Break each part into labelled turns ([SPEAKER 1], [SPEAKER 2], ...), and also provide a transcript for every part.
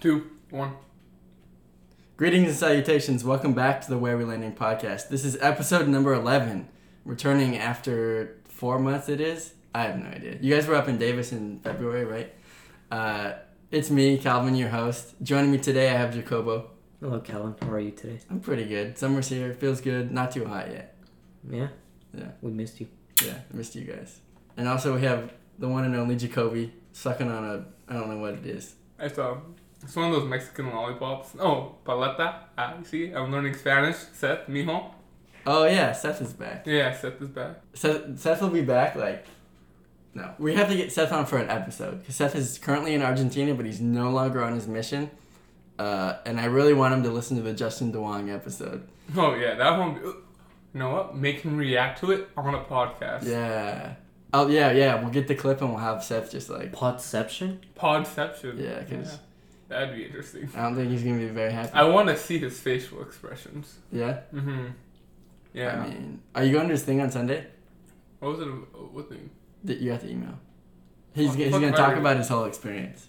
[SPEAKER 1] Two, one.
[SPEAKER 2] Greetings and salutations. Welcome back to the Where We Landing podcast. This is episode number 11, returning after four months, it is. I have no idea. You guys were up in Davis in February, right? Uh, it's me, Calvin, your host. Joining me today, I have Jacobo.
[SPEAKER 3] Hello, Calvin. How are you today?
[SPEAKER 2] I'm pretty good. Summer's here. Feels good. Not too hot yet.
[SPEAKER 3] Yeah.
[SPEAKER 2] Yeah.
[SPEAKER 3] We missed you.
[SPEAKER 2] Yeah, I missed you guys. And also, we have the one and only Jacoby sucking on a, I don't know what it is.
[SPEAKER 1] It's uh, it's one of those Mexican lollipops. Oh, paleta. Ah, you see, I'm learning Spanish. Seth, mijo.
[SPEAKER 2] Oh, yeah, Seth is back.
[SPEAKER 1] Yeah, Seth is back.
[SPEAKER 2] Seth, Seth will be back. Like, no, we have to get Seth on for an episode 'cause Seth is currently in Argentina, but he's no longer on his mission. Uh, and I really want him to listen to the Justin DeWong episode.
[SPEAKER 1] Oh yeah, that one. You know what? Make him react to it on a podcast.
[SPEAKER 2] Yeah. Oh yeah, yeah. We'll get the clip and we'll have Seth just like.
[SPEAKER 3] Podception?
[SPEAKER 1] Podception.
[SPEAKER 2] Yeah, 'cause-
[SPEAKER 1] that'd be interesting.
[SPEAKER 2] I don't think he's gonna be very happy.
[SPEAKER 1] I want to see his facial expressions.
[SPEAKER 2] yeah.
[SPEAKER 1] Mm-hmm. Yeah.
[SPEAKER 2] I mean, are you going to his thing on Sunday?
[SPEAKER 1] what was it? What thing?
[SPEAKER 2] That you got the email. He's,
[SPEAKER 1] Oh,
[SPEAKER 2] g- he's
[SPEAKER 1] fuck,
[SPEAKER 2] gonna
[SPEAKER 1] I
[SPEAKER 2] talk
[SPEAKER 1] already-
[SPEAKER 2] about his whole experience.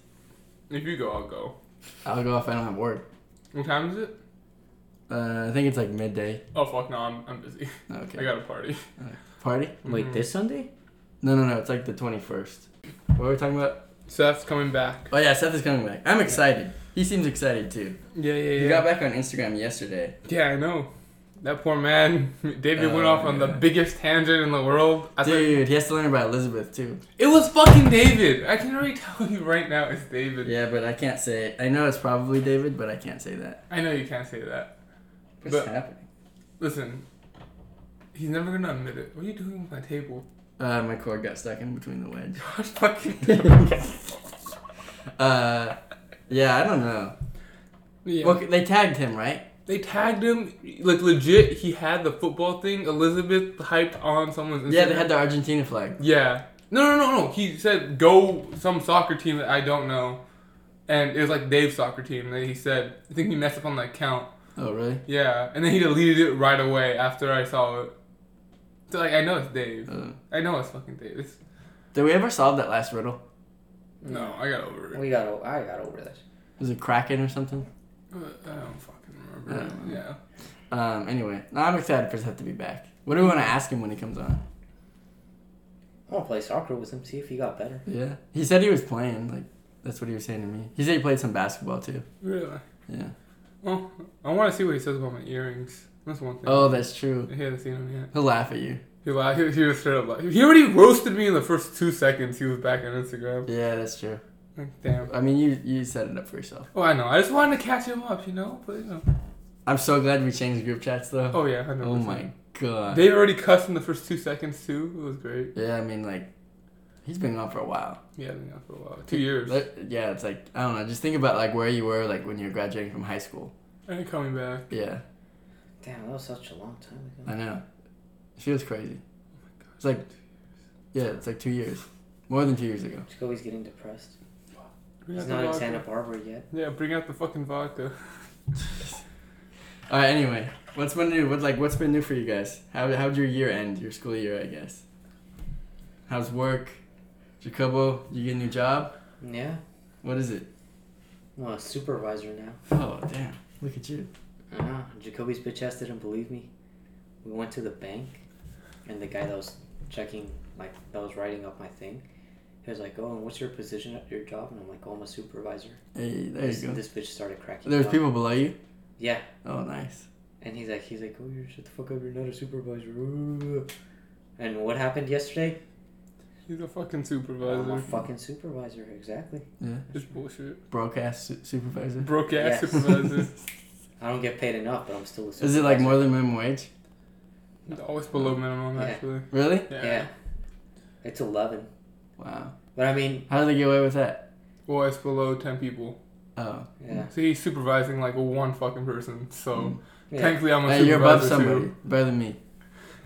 [SPEAKER 1] If you go, I'll go.
[SPEAKER 2] I'll go if I don't have work.
[SPEAKER 1] What time is it?
[SPEAKER 2] Uh, I think it's like midday.
[SPEAKER 1] Oh fuck no, I'm, I'm busy. I
[SPEAKER 2] Okay.
[SPEAKER 1] got a party.
[SPEAKER 2] Party?
[SPEAKER 3] Wait,
[SPEAKER 1] Mhm.
[SPEAKER 3] this Sunday?
[SPEAKER 2] No, no, no. It's like the twenty first. What were we talking about?
[SPEAKER 1] Seth's coming back.
[SPEAKER 2] Oh yeah, Seth is coming back. I'm excited. He seems excited too.
[SPEAKER 1] Yeah, yeah, yeah.
[SPEAKER 2] He got back on Instagram yesterday.
[SPEAKER 1] Yeah, I know. That poor man, David went
[SPEAKER 2] Oh,
[SPEAKER 1] off on the
[SPEAKER 2] yeah.
[SPEAKER 1] biggest tangent in the world. I thought-
[SPEAKER 2] Dude, he has to learn about Elizabeth too.
[SPEAKER 1] it was fucking David. I can already tell you right now, it's David.
[SPEAKER 2] Yeah, but I can't say it. I know it's probably David, but I can't say that.
[SPEAKER 1] I know you can't say that.
[SPEAKER 2] What's
[SPEAKER 1] But-
[SPEAKER 2] happening?
[SPEAKER 1] Listen, he's never gonna admit it. What are you doing with my table?
[SPEAKER 2] Uh, my cord got stuck in between the wedge.
[SPEAKER 1] Gosh, fucking.
[SPEAKER 2] Uh, yeah, I don't know.
[SPEAKER 1] yeah.
[SPEAKER 2] Well, they tagged him, right?
[SPEAKER 1] They tagged him like legit. He had the football thing. Elizabeth hyped on someone's. Instagram.
[SPEAKER 2] Yeah, they had the Argentina flag.
[SPEAKER 1] Yeah. No, no, no, no. He said go some soccer team that I don't know, and it was like Dave's soccer team. And he said I think he messed up on the account.
[SPEAKER 2] Oh really?
[SPEAKER 1] Yeah, and then he deleted it right away after I saw it. So like I know it's Dave.
[SPEAKER 2] Uh,
[SPEAKER 1] I know it's fucking Dave. It's,
[SPEAKER 2] did we ever solve that last riddle?
[SPEAKER 1] no, I got over it.
[SPEAKER 3] We got o- I got over this.
[SPEAKER 2] Was it Kraken or something?
[SPEAKER 1] Uh, I don't fucking remember.
[SPEAKER 2] Yeah.
[SPEAKER 1] Yeah.
[SPEAKER 2] Um, anyway, no, I'm excited for Seth to be back. What do we want to ask him when he comes on?
[SPEAKER 3] I want to play soccer with him, see if he got better.
[SPEAKER 2] Yeah. He said he was playing. Like, that's what he was saying to me. He said he played some basketball too.
[SPEAKER 1] Really.
[SPEAKER 2] Yeah.
[SPEAKER 1] Well, I want to see what he says about my earrings. That's one thing.
[SPEAKER 2] Oh, that's true.
[SPEAKER 1] He hasn't seen him yet.
[SPEAKER 2] He'll laugh at you.
[SPEAKER 1] He, la- he, he was straight up like, he already roasted me in the first two seconds he was back on Instagram.
[SPEAKER 2] Yeah, that's true.
[SPEAKER 1] Like, damn.
[SPEAKER 2] I mean, you you set it up for yourself.
[SPEAKER 1] Oh, I know. I just wanted to catch him up, you know? But, you know.
[SPEAKER 2] I'm so glad we changed group chats though.
[SPEAKER 1] Oh, yeah, 100%.
[SPEAKER 2] Oh my god.
[SPEAKER 1] They already cussed in the first two seconds, too. It was great.
[SPEAKER 2] yeah, I mean, like, he's been gone for a while.
[SPEAKER 1] Yeah, I've been out for a while. Two years.
[SPEAKER 2] Like, Yeah, it's like I don't know. Just think about like where you were like when you were graduating from high school.
[SPEAKER 1] And coming back.
[SPEAKER 2] Yeah,
[SPEAKER 3] Damn, that was such a long time ago.
[SPEAKER 2] I know. It feels crazy.
[SPEAKER 1] Oh
[SPEAKER 2] It's like, yeah, it's like two years, more than two years ago.
[SPEAKER 3] Jacoby's getting depressed.
[SPEAKER 1] Bring
[SPEAKER 3] He's
[SPEAKER 1] out the
[SPEAKER 3] not in
[SPEAKER 1] vodka.
[SPEAKER 3] Santa Barbara yet.
[SPEAKER 1] Yeah, bring out the fucking vodka.
[SPEAKER 2] All right. Anyway, what's been new? What like what's been new for you guys? How how'd your year end? Your school year, I guess. How's work? Jacobo, you get a new job?
[SPEAKER 3] Yeah?
[SPEAKER 2] What is it?
[SPEAKER 3] I'm a supervisor now.
[SPEAKER 2] Oh damn! Look at you.
[SPEAKER 3] I know. Jacoby's bitch ass didn't believe me. We went to the bank, and the guy that was checking, like, that was writing up my thing, he was like, oh, and what's your position at your job? And I'm like, oh, I'm a supervisor.
[SPEAKER 2] Hey, there
[SPEAKER 3] this,
[SPEAKER 2] you go.
[SPEAKER 3] this bitch started cracking
[SPEAKER 2] There's
[SPEAKER 3] up.
[SPEAKER 2] people below you.
[SPEAKER 3] Yeah.
[SPEAKER 2] Oh nice.
[SPEAKER 3] And he's like, he's like, oh, you shut the fuck up, you're not a supervisor. And what happened yesterday?
[SPEAKER 1] He's a fucking
[SPEAKER 2] Oh,
[SPEAKER 3] I'm a
[SPEAKER 1] supervisor.
[SPEAKER 3] fucking supervisor, exactly.
[SPEAKER 2] Yeah.
[SPEAKER 1] It's bullshit.
[SPEAKER 2] Broadcast su- supervisor.
[SPEAKER 1] Broke ass
[SPEAKER 3] Yes.
[SPEAKER 1] supervisor.
[SPEAKER 3] I don't get paid enough, but I'm still a supervisor.
[SPEAKER 2] Is it like more than minimum wage?
[SPEAKER 1] It's Always below minimum,
[SPEAKER 3] Yeah.
[SPEAKER 1] actually.
[SPEAKER 2] Really?
[SPEAKER 3] Yeah. It's 11.
[SPEAKER 2] Wow.
[SPEAKER 3] But I mean,
[SPEAKER 2] How did they get away with that?
[SPEAKER 1] Well, it's below 10 people.
[SPEAKER 2] Oh.
[SPEAKER 3] yeah.
[SPEAKER 1] So he's supervising like one fucking person. So
[SPEAKER 3] yeah.
[SPEAKER 1] technically, I'm a
[SPEAKER 2] Mm, Hey, you're above
[SPEAKER 1] supervisor
[SPEAKER 2] somebody.
[SPEAKER 1] too.
[SPEAKER 2] Better than me.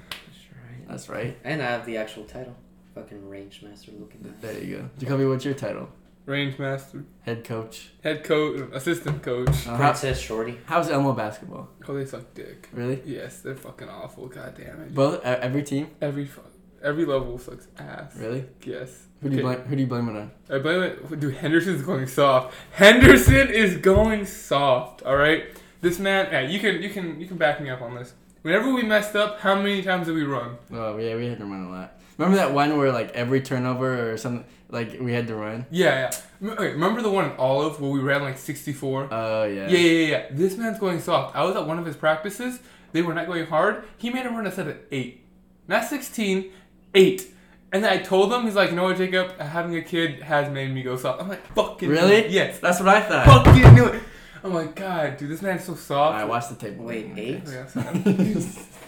[SPEAKER 3] That's right.
[SPEAKER 2] That's right.
[SPEAKER 3] And I have the actual title. Fucking range master looking guy.
[SPEAKER 2] There you go. Jacoby, what's your title?
[SPEAKER 1] Range master,
[SPEAKER 2] Head coach.
[SPEAKER 1] head coach, assistant coach.
[SPEAKER 2] Uh, how-
[SPEAKER 3] Princess Shorty.
[SPEAKER 2] how's Elmo basketball?
[SPEAKER 1] Oh, they suck dick.
[SPEAKER 2] Really?
[SPEAKER 1] Yes, they're fucking awful. God damn it.
[SPEAKER 2] Both e- every team.
[SPEAKER 1] Every fuck. every level sucks ass.
[SPEAKER 2] Really?
[SPEAKER 1] Yes.
[SPEAKER 2] Who do you
[SPEAKER 1] Okay.
[SPEAKER 2] blame? Who do you blame it on?
[SPEAKER 1] I blame it. Dude, Henderson's going soft. Henderson is going soft. All right. This man, yeah, you can you can you can back me up on this. Whenever we messed up, how many times did we run?
[SPEAKER 2] Oh yeah, we had to run a lot. Remember that one where like every turnover or something, like we had to run.
[SPEAKER 1] Yeah, yeah. M- okay, remember the one in Olive where we ran like 64?
[SPEAKER 2] Oh yeah.
[SPEAKER 1] Yeah, yeah, yeah. This man's going soft. I was at one of his practices. They were not going hard. He made him run a set of eight, not 16, eight. And then I told him, he's like, "No, Jacob, having a kid has made me go soft." I'm like, "Fucking knew
[SPEAKER 2] Really?
[SPEAKER 1] it. Yes,
[SPEAKER 2] That's what I thought.
[SPEAKER 1] fucking knew it." I'm like, "God, dude, this man's so soft."
[SPEAKER 2] I watched the tape.
[SPEAKER 3] Wait, eight?
[SPEAKER 1] Yeah, so-
[SPEAKER 2] It's-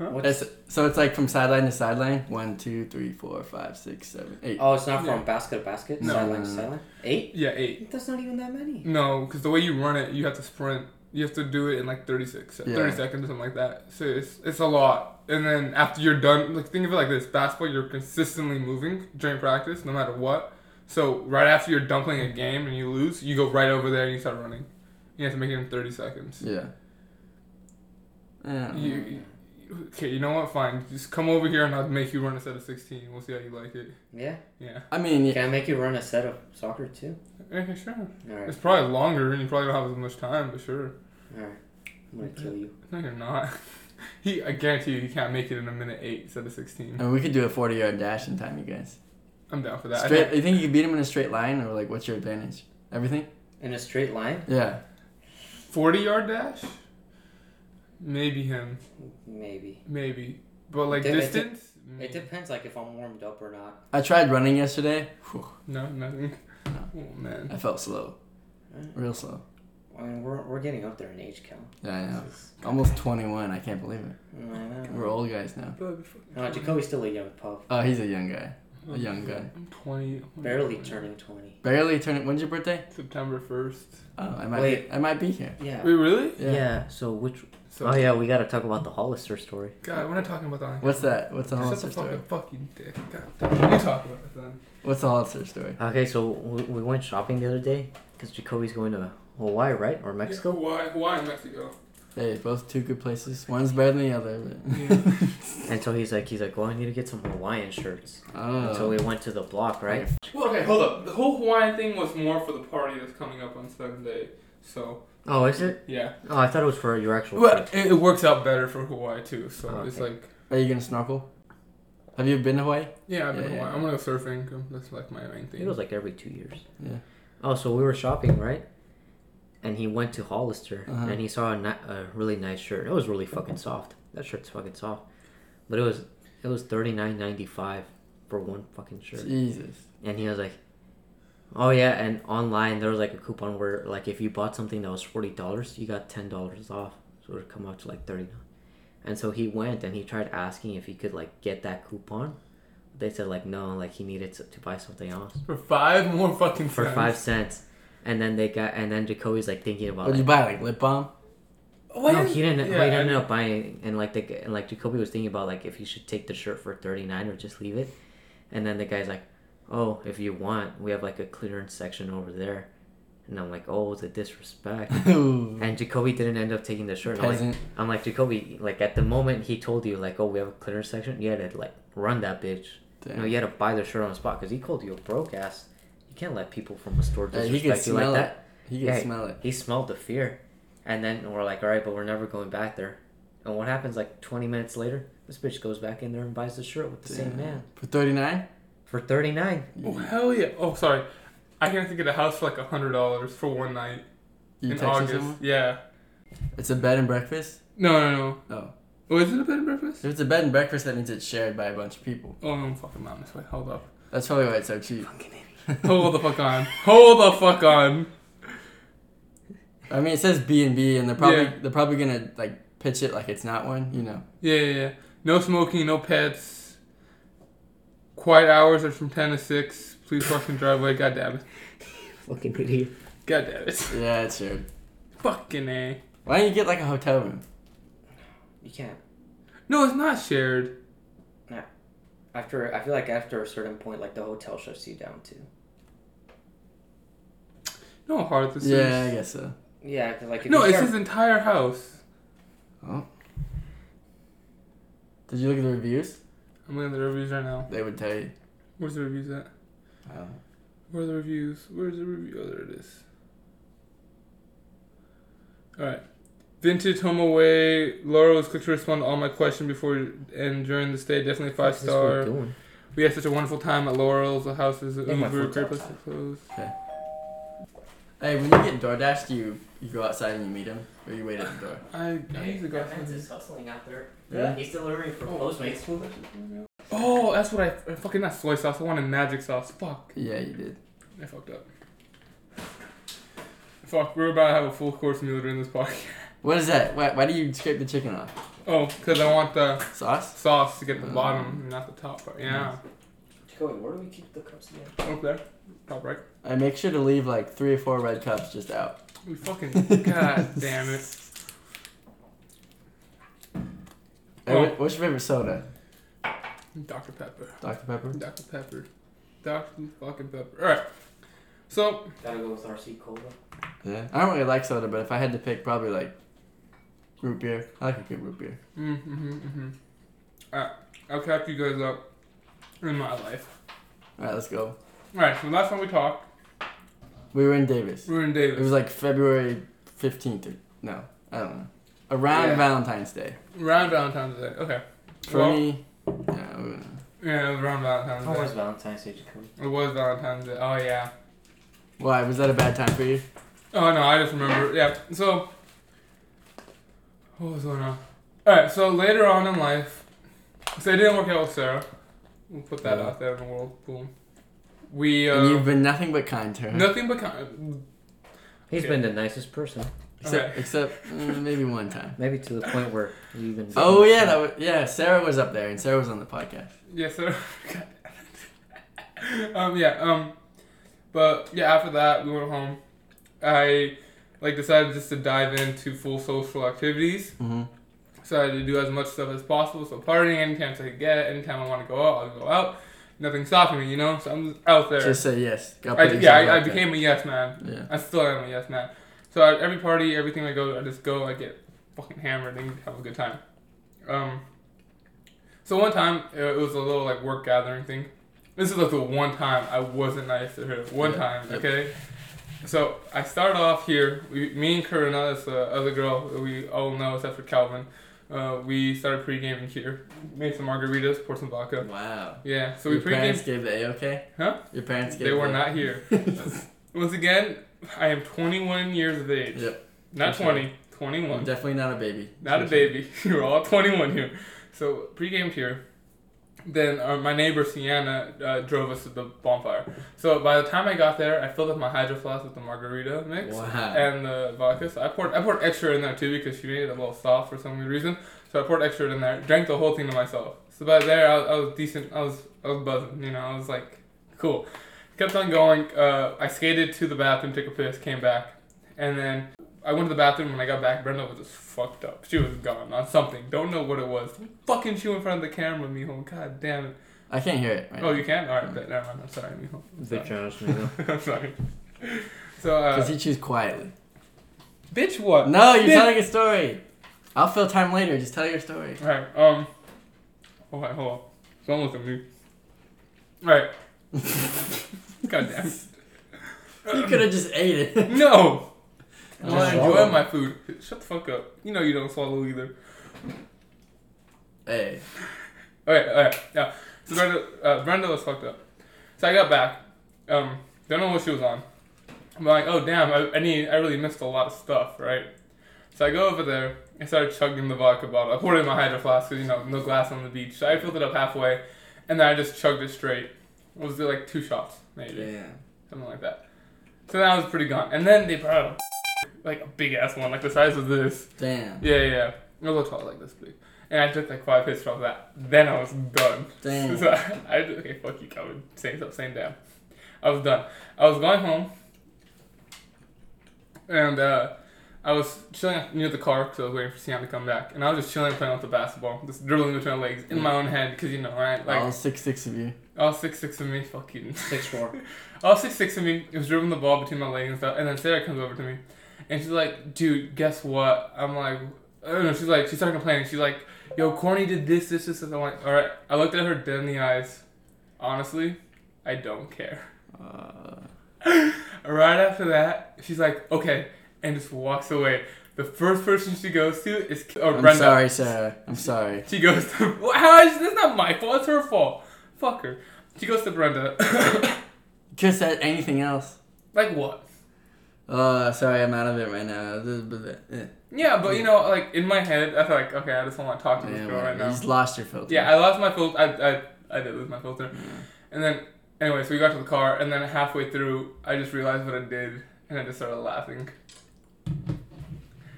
[SPEAKER 3] What's,
[SPEAKER 2] so it's like from sideline to sideline. One, two, three, four, five, six, seven, eight.
[SPEAKER 3] oh, it's not from
[SPEAKER 1] Yeah.
[SPEAKER 3] basket to basket,
[SPEAKER 2] No.
[SPEAKER 3] sideline to sideline. Eight?
[SPEAKER 1] yeah, eight.
[SPEAKER 3] That's not even that many.
[SPEAKER 1] No, because the way you run it, you have to sprint. You have to do it in like 36,
[SPEAKER 2] Yeah.
[SPEAKER 1] 30 seconds or something like that. So it's, it's a lot. And then after you're done, like think of it like this: basketball, you're consistently moving during practice, no matter what. So right after you're done playing a game and you lose, you go right over there and you start running. You have to make it in 30 seconds.
[SPEAKER 2] Yeah. Yeah.
[SPEAKER 1] You, you- okay, you know what? Fine, just come over here and I'll make you run a set of 16. We'll see how you like it.
[SPEAKER 3] Yeah.
[SPEAKER 1] Yeah.
[SPEAKER 2] I mean, yeah.
[SPEAKER 3] Can I make you run a set of soccer too?
[SPEAKER 1] Okay, sure.
[SPEAKER 3] All right.
[SPEAKER 1] It's probably longer and you probably don't have as much time, but sure.
[SPEAKER 3] All right. I'm gonna kill you.
[SPEAKER 1] No, you're not. He, I guarantee you, he can't make it in a minute eight instead of
[SPEAKER 2] I
[SPEAKER 1] sixteen.
[SPEAKER 2] mean, we could do a forty-yard dash in time, you guys.
[SPEAKER 1] I'm down for that. I
[SPEAKER 2] Straight.
[SPEAKER 1] think-
[SPEAKER 2] You think you could beat him in a straight line, or like, what's your advantage? Everything.
[SPEAKER 3] In a straight line?
[SPEAKER 2] Yeah.
[SPEAKER 1] Forty yard dash. Maybe him.
[SPEAKER 3] Maybe.
[SPEAKER 1] Maybe, but like
[SPEAKER 3] Dude, it did-
[SPEAKER 1] distance.
[SPEAKER 3] It
[SPEAKER 1] Maybe.
[SPEAKER 3] depends, like if I'm warmed up or not.
[SPEAKER 2] I tried running yesterday. Whew,
[SPEAKER 1] No, nothing. Oh man.
[SPEAKER 2] I felt slow, real slow.
[SPEAKER 3] I mean, we're, we're getting up there in age count.
[SPEAKER 2] Yeah, I know.
[SPEAKER 3] This is-
[SPEAKER 2] Almost twenty-one. I can't believe it.
[SPEAKER 3] I know.
[SPEAKER 2] We're old guys now.
[SPEAKER 3] No, Jacoby's still a young pup.
[SPEAKER 2] Oh, he's a young guy. A young guy.
[SPEAKER 1] I'm twenty.
[SPEAKER 3] Barely turning 20.
[SPEAKER 2] Barely turning. When's your birthday?
[SPEAKER 1] September first.
[SPEAKER 2] Oh, I might.
[SPEAKER 3] Wait.
[SPEAKER 2] Be, I might be here.
[SPEAKER 3] Yeah.
[SPEAKER 1] Wait, really?
[SPEAKER 2] Yeah.
[SPEAKER 3] so which.
[SPEAKER 1] So,
[SPEAKER 2] Oh,
[SPEAKER 3] yeah, we gotta talk about the Hollister story.
[SPEAKER 1] God, we're not talking about that. on
[SPEAKER 2] What's
[SPEAKER 1] camera.
[SPEAKER 2] that? What's the
[SPEAKER 1] Shut
[SPEAKER 2] Hollister
[SPEAKER 1] the
[SPEAKER 2] story?
[SPEAKER 1] fucking fucking dick. God damn. You talk about it then.
[SPEAKER 2] What's the Hollister story?
[SPEAKER 3] Okay, so we, we went shopping the other day because Jacoby's going to Hawaii, right? Or
[SPEAKER 1] Yeah, Hawaii, Hawaii, Mexico.
[SPEAKER 2] Hey, both two good places. One's better than the other. But...
[SPEAKER 3] And so he's like, he's like, well, I need to get some Hawaiian shirts.
[SPEAKER 2] Oh.
[SPEAKER 3] And so we went to the block, right?
[SPEAKER 1] Well, okay, hold up. The whole Hawaiian thing was more for the party that's coming up on Sunday. So,
[SPEAKER 3] Oh, is it?
[SPEAKER 1] yeah.
[SPEAKER 3] Oh, I thought it was for your actual
[SPEAKER 1] Well,
[SPEAKER 3] trip.
[SPEAKER 1] it, it works out better for Hawaii, too. So,
[SPEAKER 3] Oh,
[SPEAKER 1] it's
[SPEAKER 3] okay.
[SPEAKER 1] like,
[SPEAKER 2] Are you gonna snorkel? Have you been to Hawaii?
[SPEAKER 1] yeah, I've been
[SPEAKER 2] Yeah,
[SPEAKER 1] to Hawaii.
[SPEAKER 2] yeah.
[SPEAKER 1] I'm going to go surfing. 'cause That's like my main thing.
[SPEAKER 3] It was like every two years.
[SPEAKER 2] Yeah.
[SPEAKER 3] Oh, so we were shopping, right? And he went to Hollister
[SPEAKER 2] Uh-huh.
[SPEAKER 3] and he saw a, ni- a really nice shirt. It was really fucking soft. That shirt's fucking soft. But it was it was thirty nine ninety five for one fucking shirt.
[SPEAKER 2] Jesus.
[SPEAKER 3] And he was like, "Oh yeah." And online there was like a coupon where like if you bought something that was forty dollars, you got ten dollars off. So it would come out to like thirty nine. And so he went and he tried asking if he could like get that coupon. They said like no, like he needed to, to buy something else
[SPEAKER 1] for five more fucking
[SPEAKER 3] for
[SPEAKER 1] cents.
[SPEAKER 3] five cents. And then they got, and then Jacoby's like thinking about
[SPEAKER 2] What'd you
[SPEAKER 3] it.
[SPEAKER 2] buy? Like lip balm?
[SPEAKER 1] Why
[SPEAKER 3] no,
[SPEAKER 1] did-
[SPEAKER 3] he didn't.
[SPEAKER 1] yeah,
[SPEAKER 3] well, he didn't
[SPEAKER 1] I-
[SPEAKER 3] end up buying, and like the g- and like Jacoby was thinking about like if he should take the shirt for thirty nine or just leave it. And then the guy's like, "Oh, if you want, we have like a clearance section over there." And I'm like, "Oh, the disrespect."
[SPEAKER 2] Ooh.
[SPEAKER 3] and Jacoby didn't end up taking the shirt. I'm like,
[SPEAKER 2] Peasant.
[SPEAKER 3] I'm like, Jacoby, like at the moment he told you like, "Oh, we have a clearance section," you had to like run that bitch.
[SPEAKER 2] Damn.
[SPEAKER 3] No, you had to buy the shirt on the spot because he called you a broke ass. You can't let people from a store
[SPEAKER 2] Hey, he
[SPEAKER 3] disrespect
[SPEAKER 2] can
[SPEAKER 3] you like
[SPEAKER 2] smell
[SPEAKER 3] that.
[SPEAKER 2] He can
[SPEAKER 3] Yeah.
[SPEAKER 2] smell it.
[SPEAKER 3] He smelled the fear. And then we're like, all right, but we're never going back there. And what happens like 20 minutes later? This bitch goes back in there and buys the shirt with the same
[SPEAKER 2] Damn.
[SPEAKER 3] man
[SPEAKER 2] For thirty nine?
[SPEAKER 3] for 39.
[SPEAKER 1] Oh, hell yeah. Oh, sorry. I can have to get a house for like a $100 for one night
[SPEAKER 2] You
[SPEAKER 1] in
[SPEAKER 2] texting
[SPEAKER 1] August.
[SPEAKER 2] someone?
[SPEAKER 1] Yeah.
[SPEAKER 2] It's a bed and breakfast.
[SPEAKER 1] No, no, no.
[SPEAKER 2] No.
[SPEAKER 1] Oh, is it a bed and breakfast?
[SPEAKER 2] If
[SPEAKER 3] Mm.
[SPEAKER 2] it's a bed and breakfast, that means it's shared by a bunch of people.
[SPEAKER 1] Oh, no, I'm fucking not this way. Hold up.
[SPEAKER 2] That's probably why it's so cheap.
[SPEAKER 1] Hold the fuck on. Hold the fuck on.
[SPEAKER 2] I mean, it says B and B, and they're probably
[SPEAKER 1] Yeah.
[SPEAKER 2] they're probably gonna like pitch it like it's not one. You know.
[SPEAKER 1] Yeah, yeah, yeah. No smoking, no pets. Quiet hours are from 10 to 6. Please park in the driveway. God damn it.
[SPEAKER 3] Fucking idiot.
[SPEAKER 1] God damn it.
[SPEAKER 2] Yeah, it's shared.
[SPEAKER 1] Fucking A.
[SPEAKER 2] Why don't you get like a hotel room?
[SPEAKER 3] You can't.
[SPEAKER 1] No, it's not shared.
[SPEAKER 3] After I feel like after a certain point, like the hotel shuts you down too.
[SPEAKER 1] No how hard this
[SPEAKER 2] yeah, I
[SPEAKER 1] is.
[SPEAKER 2] guess so.
[SPEAKER 3] Yeah, 'cause, like if
[SPEAKER 1] No,
[SPEAKER 3] you
[SPEAKER 1] it's
[SPEAKER 3] start-
[SPEAKER 1] his entire house.
[SPEAKER 2] Oh. Did you look at the reviews?
[SPEAKER 1] I'm looking at the reviews right now.
[SPEAKER 2] They would tell you.
[SPEAKER 1] Where's the reviews at?
[SPEAKER 2] Uh,
[SPEAKER 1] Where are the reviews? Where's the review? Oh, there it is. Alright. Vintage Home Away. Laura was quick to respond to all my questions before and during the stay. Definitely five
[SPEAKER 3] What's this
[SPEAKER 1] star.
[SPEAKER 3] we're doing?
[SPEAKER 1] We had such a wonderful time at Laurel's. The house is
[SPEAKER 3] Yeah, my
[SPEAKER 1] uber
[SPEAKER 3] foot's
[SPEAKER 1] great place to
[SPEAKER 3] outside.
[SPEAKER 1] close.
[SPEAKER 2] hey, when you get DoorDash, do you you go outside and you meet him, or you wait at the door?
[SPEAKER 1] I, I
[SPEAKER 4] Hey,
[SPEAKER 1] need to go.
[SPEAKER 4] that man's is hustling out there.
[SPEAKER 2] Yeah.
[SPEAKER 4] He's delivering for Postmates.
[SPEAKER 1] Oh, that's what I, I fucking not soy sauce. I wanted magic sauce. Fuck.
[SPEAKER 2] Yeah, you did.
[SPEAKER 1] I fucked up. Fuck, we were about to have a full course meal during this podcast.
[SPEAKER 2] What is that? Why, why do you scrape the chicken off?
[SPEAKER 1] Oh, because I want the
[SPEAKER 2] Sauce?
[SPEAKER 1] sauce to get the
[SPEAKER 2] Um,
[SPEAKER 1] bottom, not the top part. Yeah.
[SPEAKER 4] Jacoby, where do we keep the cups again?
[SPEAKER 1] Up there. Top right.
[SPEAKER 2] I make sure to leave like three or four red cups just out.
[SPEAKER 1] We fucking god damn it.
[SPEAKER 2] Hey,
[SPEAKER 1] Oh.
[SPEAKER 2] what- what's your favorite soda?
[SPEAKER 1] Dr. Pepper.
[SPEAKER 2] Dr Pepper.
[SPEAKER 1] Dr. Pepper. Dr. fucking Pepper. Alright. So
[SPEAKER 4] Gotta go with RC Cola.
[SPEAKER 2] Yeah. I don't really like soda, but if I had to pick, probably like root beer. I like a good root beer.
[SPEAKER 1] mm mm-hmm, mm-hmm. Alright. I'll catch you guys up in my life.
[SPEAKER 2] All right, let's go.
[SPEAKER 1] Alright, so last time we talked,
[SPEAKER 2] We were in Davis.
[SPEAKER 1] we were in
[SPEAKER 2] It
[SPEAKER 1] Davis.
[SPEAKER 2] was like February fifteenth. or No, I don't know. Around
[SPEAKER 1] Yeah.
[SPEAKER 2] Valentine's Day.
[SPEAKER 1] Around Valentine's Day. Okay.
[SPEAKER 2] For
[SPEAKER 1] Well-
[SPEAKER 2] me, yeah, we were-
[SPEAKER 1] Yeah, it was around Valentine's
[SPEAKER 3] How Oh, was
[SPEAKER 1] Day.
[SPEAKER 3] Valentine's Day, Jacoby?
[SPEAKER 1] It was Valentine's Day. Oh yeah.
[SPEAKER 2] why was that a bad time for you?
[SPEAKER 1] Oh no, I just remember. Yeah. So what was going on? All right. So later on in life, so it didn't work out with Sarah. We'll put that
[SPEAKER 2] Yeah.
[SPEAKER 1] out there in the world. Boom. We uh,
[SPEAKER 2] and you've been nothing but kind to her.
[SPEAKER 1] nothing but kind.
[SPEAKER 3] He's
[SPEAKER 1] Okay.
[SPEAKER 3] been the nicest person,
[SPEAKER 2] Except, except mm, maybe one time.
[SPEAKER 3] maybe to the point where we even.
[SPEAKER 2] Oh yeah, that was, yeah. Sarah was up there, and Sarah was on the podcast.
[SPEAKER 1] Yes, sir. um. Yeah. Um. But yeah, after that, we went home. I like decided just to dive into full social activities.
[SPEAKER 2] Mm-hmm.
[SPEAKER 1] So I had to do as much stuff as possible. So partying anytime I could get, anytime I want to go out, I'll go out. Nothing's stopping me, you know. So I'm just out there.
[SPEAKER 2] Just say yes. Got
[SPEAKER 1] I,
[SPEAKER 2] put
[SPEAKER 1] yeah,
[SPEAKER 2] yourself
[SPEAKER 1] I, I
[SPEAKER 2] out there.
[SPEAKER 1] became a yes man.
[SPEAKER 2] Yeah.
[SPEAKER 1] I still am a yes man. So at every party, everything I go, to, I just go. I get fucking hammered and have a good time. Um. So one time uh, it it was a little like work gathering thing. This is like the one time I wasn't nice to her. One
[SPEAKER 2] Yeah.
[SPEAKER 1] time,
[SPEAKER 2] Yep.
[SPEAKER 1] okay. So I start off here. We, me and Karina, this uh, other girl that we all know except for Calvin. Uh, we started pre-gaming here. Made some margaritas, poured some vodka.
[SPEAKER 2] Wow.
[SPEAKER 1] Yeah, so
[SPEAKER 2] Your
[SPEAKER 1] we pre-gamed.
[SPEAKER 2] parents gave the A okay?
[SPEAKER 1] Huh?
[SPEAKER 2] Your parents gave
[SPEAKER 1] They
[SPEAKER 2] the
[SPEAKER 1] were not here. Once again, I am 21 years of age.
[SPEAKER 2] Yep.
[SPEAKER 1] Not
[SPEAKER 2] Okay.
[SPEAKER 1] 20, 21.
[SPEAKER 2] Definitely not a baby.
[SPEAKER 1] Not a baby. You're all 21 here. So pre-game here. Then uh, my neighbor Sienna uh, drove us to the bonfire. So by the time I got there, I filled up my hydro flask with the margarita mix
[SPEAKER 2] Wow.
[SPEAKER 1] and the vodka. So I poured I poured extra in there too because she made it a little soft for some reason. So I poured extra in there, drank the whole thing to myself. So by there, I, I was decent. I was I was buzzing. You know, I was like, cool. Kept on going. Uh, I skated to the bathroom, took a piss, came back, and then I went to the bathroom. When I got back, Brenda was just fucked up. She was gone on something. Don't know what it was. Don't fucking chew in front of the camera, Mijo. God damn it.
[SPEAKER 2] I can't hear it right
[SPEAKER 1] Oh, you can. All right, never mind. I'm sorry, Mijo. I'm sorry.
[SPEAKER 3] Bitch, me.
[SPEAKER 1] I'm sorry. So, uh,
[SPEAKER 2] Because he chews quietly.
[SPEAKER 1] bitch, what?
[SPEAKER 2] No, you're
[SPEAKER 1] Bitch.
[SPEAKER 2] telling a story. I'll fill time later. Just tell your story.
[SPEAKER 1] Alright, um. Alright, hold on. Someone look at me. Alright. God damn it.
[SPEAKER 2] You could have just ate it.
[SPEAKER 1] No! I
[SPEAKER 2] Just
[SPEAKER 1] want to
[SPEAKER 2] swallow.
[SPEAKER 1] enjoy my food. Shut the fuck up. You know you don't swallow either.
[SPEAKER 2] Hey.
[SPEAKER 1] Alright, alright, yeah. So Brenda, uh, Brenda was fucked up. So I got back. Um, don't know what she was on. I'm like, oh damn, I, I need, I really missed a lot of stuff, right? So I go over there and started chugging the vodka bottle. I poured it in my hydro flask 'cause, you know, no glass on the beach. So I filled it up halfway, and then I just chugged it straight. What was it like two shots, maybe something like that? So that was pretty gone. And then they brought out a, like a big ass one, like the size of this.
[SPEAKER 2] Damn.
[SPEAKER 1] Yeah, yeah, yeah. It was tall, like this big. And I took like five hits from that. Then I was done.
[SPEAKER 2] Damn.
[SPEAKER 1] So I, I okay, fuck you, Calvin. Same stuff, same damn. I was done. I was going home, and uh, I was chilling near the car because I was waiting for Sian to come back. And I was just chilling, playing with the basketball, just dribbling between my legs in my own head because you know, right? Like
[SPEAKER 2] All six six of you.
[SPEAKER 1] all six six of me, fucking
[SPEAKER 3] Six four.
[SPEAKER 1] all six six of me was dribbling the ball between my legs and stuff. And then Sarah comes over to me, and she's like, "Dude, guess what?" I'm like, "I don't know." She's like, she started complaining. She's like, yo, Corny did this, this, this, this. I'm like, all right. I looked at her dead in the eyes. Honestly, I don't care.
[SPEAKER 2] Uh,
[SPEAKER 1] Right after that, she's like, okay, and just walks away. The first person she goes to is oh,
[SPEAKER 2] I'm
[SPEAKER 1] Brenda.
[SPEAKER 2] sorry, Sarah. I'm sorry.
[SPEAKER 1] She goes to what- how is that's not my fault. It's her fault. Fuck her. She goes to Brenda.
[SPEAKER 2] You could have said anything else.
[SPEAKER 1] like what?
[SPEAKER 2] Uh, sorry, I'm out of it right now.
[SPEAKER 1] Yeah, but you know, like in my head, I felt like okay, I just don't want to talk to this
[SPEAKER 2] Yeah,
[SPEAKER 1] girl right
[SPEAKER 2] whatever. You
[SPEAKER 1] now.
[SPEAKER 2] just lost your filter.
[SPEAKER 1] Yeah, I lost my filter. I, I, I did lose my filter. And then, anyway, so we got to the car, and then halfway through, I just realized what I did, and I just started laughing.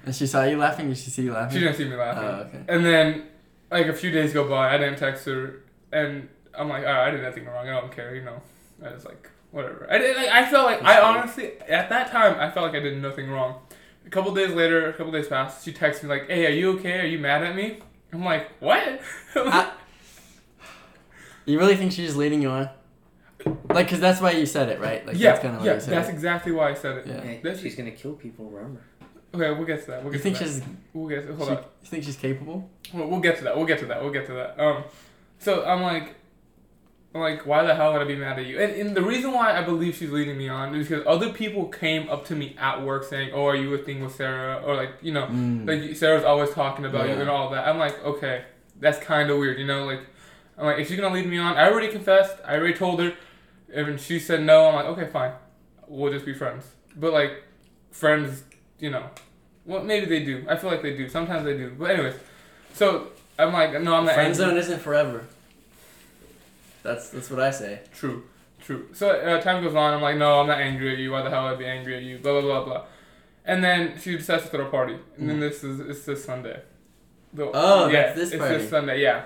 [SPEAKER 2] And she saw you laughing. Did she see you
[SPEAKER 1] She
[SPEAKER 2] laughing?
[SPEAKER 1] didn't see me laughing.
[SPEAKER 2] Oh, okay.
[SPEAKER 1] And then, like a few days go by, I didn't text her, and I'm like, "Alright, I did nothing wrong. I don't care, you know. I was like, whatever. I did. Like, I felt like I honestly at that time I felt like I did nothing wrong. A couple days later, a couple days passed. She texts me like, "Hey, are you okay? Are you mad at me?" I'm like, "What?"
[SPEAKER 2] I- You really think she's leading you on? Like, cause that's why you said it, right? Like,
[SPEAKER 1] yeah,
[SPEAKER 2] that's kind of
[SPEAKER 1] yeah,
[SPEAKER 2] what you said.
[SPEAKER 1] that's exactly why I said it.
[SPEAKER 2] Yeah.
[SPEAKER 3] Hey,
[SPEAKER 1] That's-
[SPEAKER 3] she's gonna kill people. Remember?
[SPEAKER 1] Okay, we'll get to that. We'll
[SPEAKER 2] You
[SPEAKER 1] get
[SPEAKER 2] think
[SPEAKER 1] to that.
[SPEAKER 2] she's?
[SPEAKER 1] We'll get hold
[SPEAKER 2] she,
[SPEAKER 1] on.
[SPEAKER 2] you think she's capable?
[SPEAKER 1] We'll, we'll get to that. We'll get to that. We'll get to that. Um, so I'm like, I'm like, why the hell would I be mad at you? And, and the reason why I believe she's leading me on is because other people came up to me at work saying, "Oh, are you a thing with Sarah?" Or like, you know,
[SPEAKER 2] Mm.
[SPEAKER 1] like Sarah's always talking about you
[SPEAKER 2] Yeah.
[SPEAKER 1] and all that. I'm like, okay, that's kind of weird, you know. Like, I'm like, if she's gonna lead me on, I already confessed. I already told her. And she said no. I'm like, okay, fine. We'll just be friends. But like, friends, you know, well, maybe they do. I feel like they do. Sometimes they do. But anyways, so I'm like, no, I'm not.
[SPEAKER 2] Friend
[SPEAKER 1] angry.
[SPEAKER 2] zone isn't forever. That's that's what I say.
[SPEAKER 1] True, true. So uh, time goes on. I'm like, no, I'm not angry at you. Why the hell would I be angry at you? Blah blah blah blah. And then she decides to throw a party. And then this is it's this Sunday. The-
[SPEAKER 2] Mm-hmm. Oh, that's this
[SPEAKER 1] it's
[SPEAKER 2] party.
[SPEAKER 1] this Sunday. Yeah.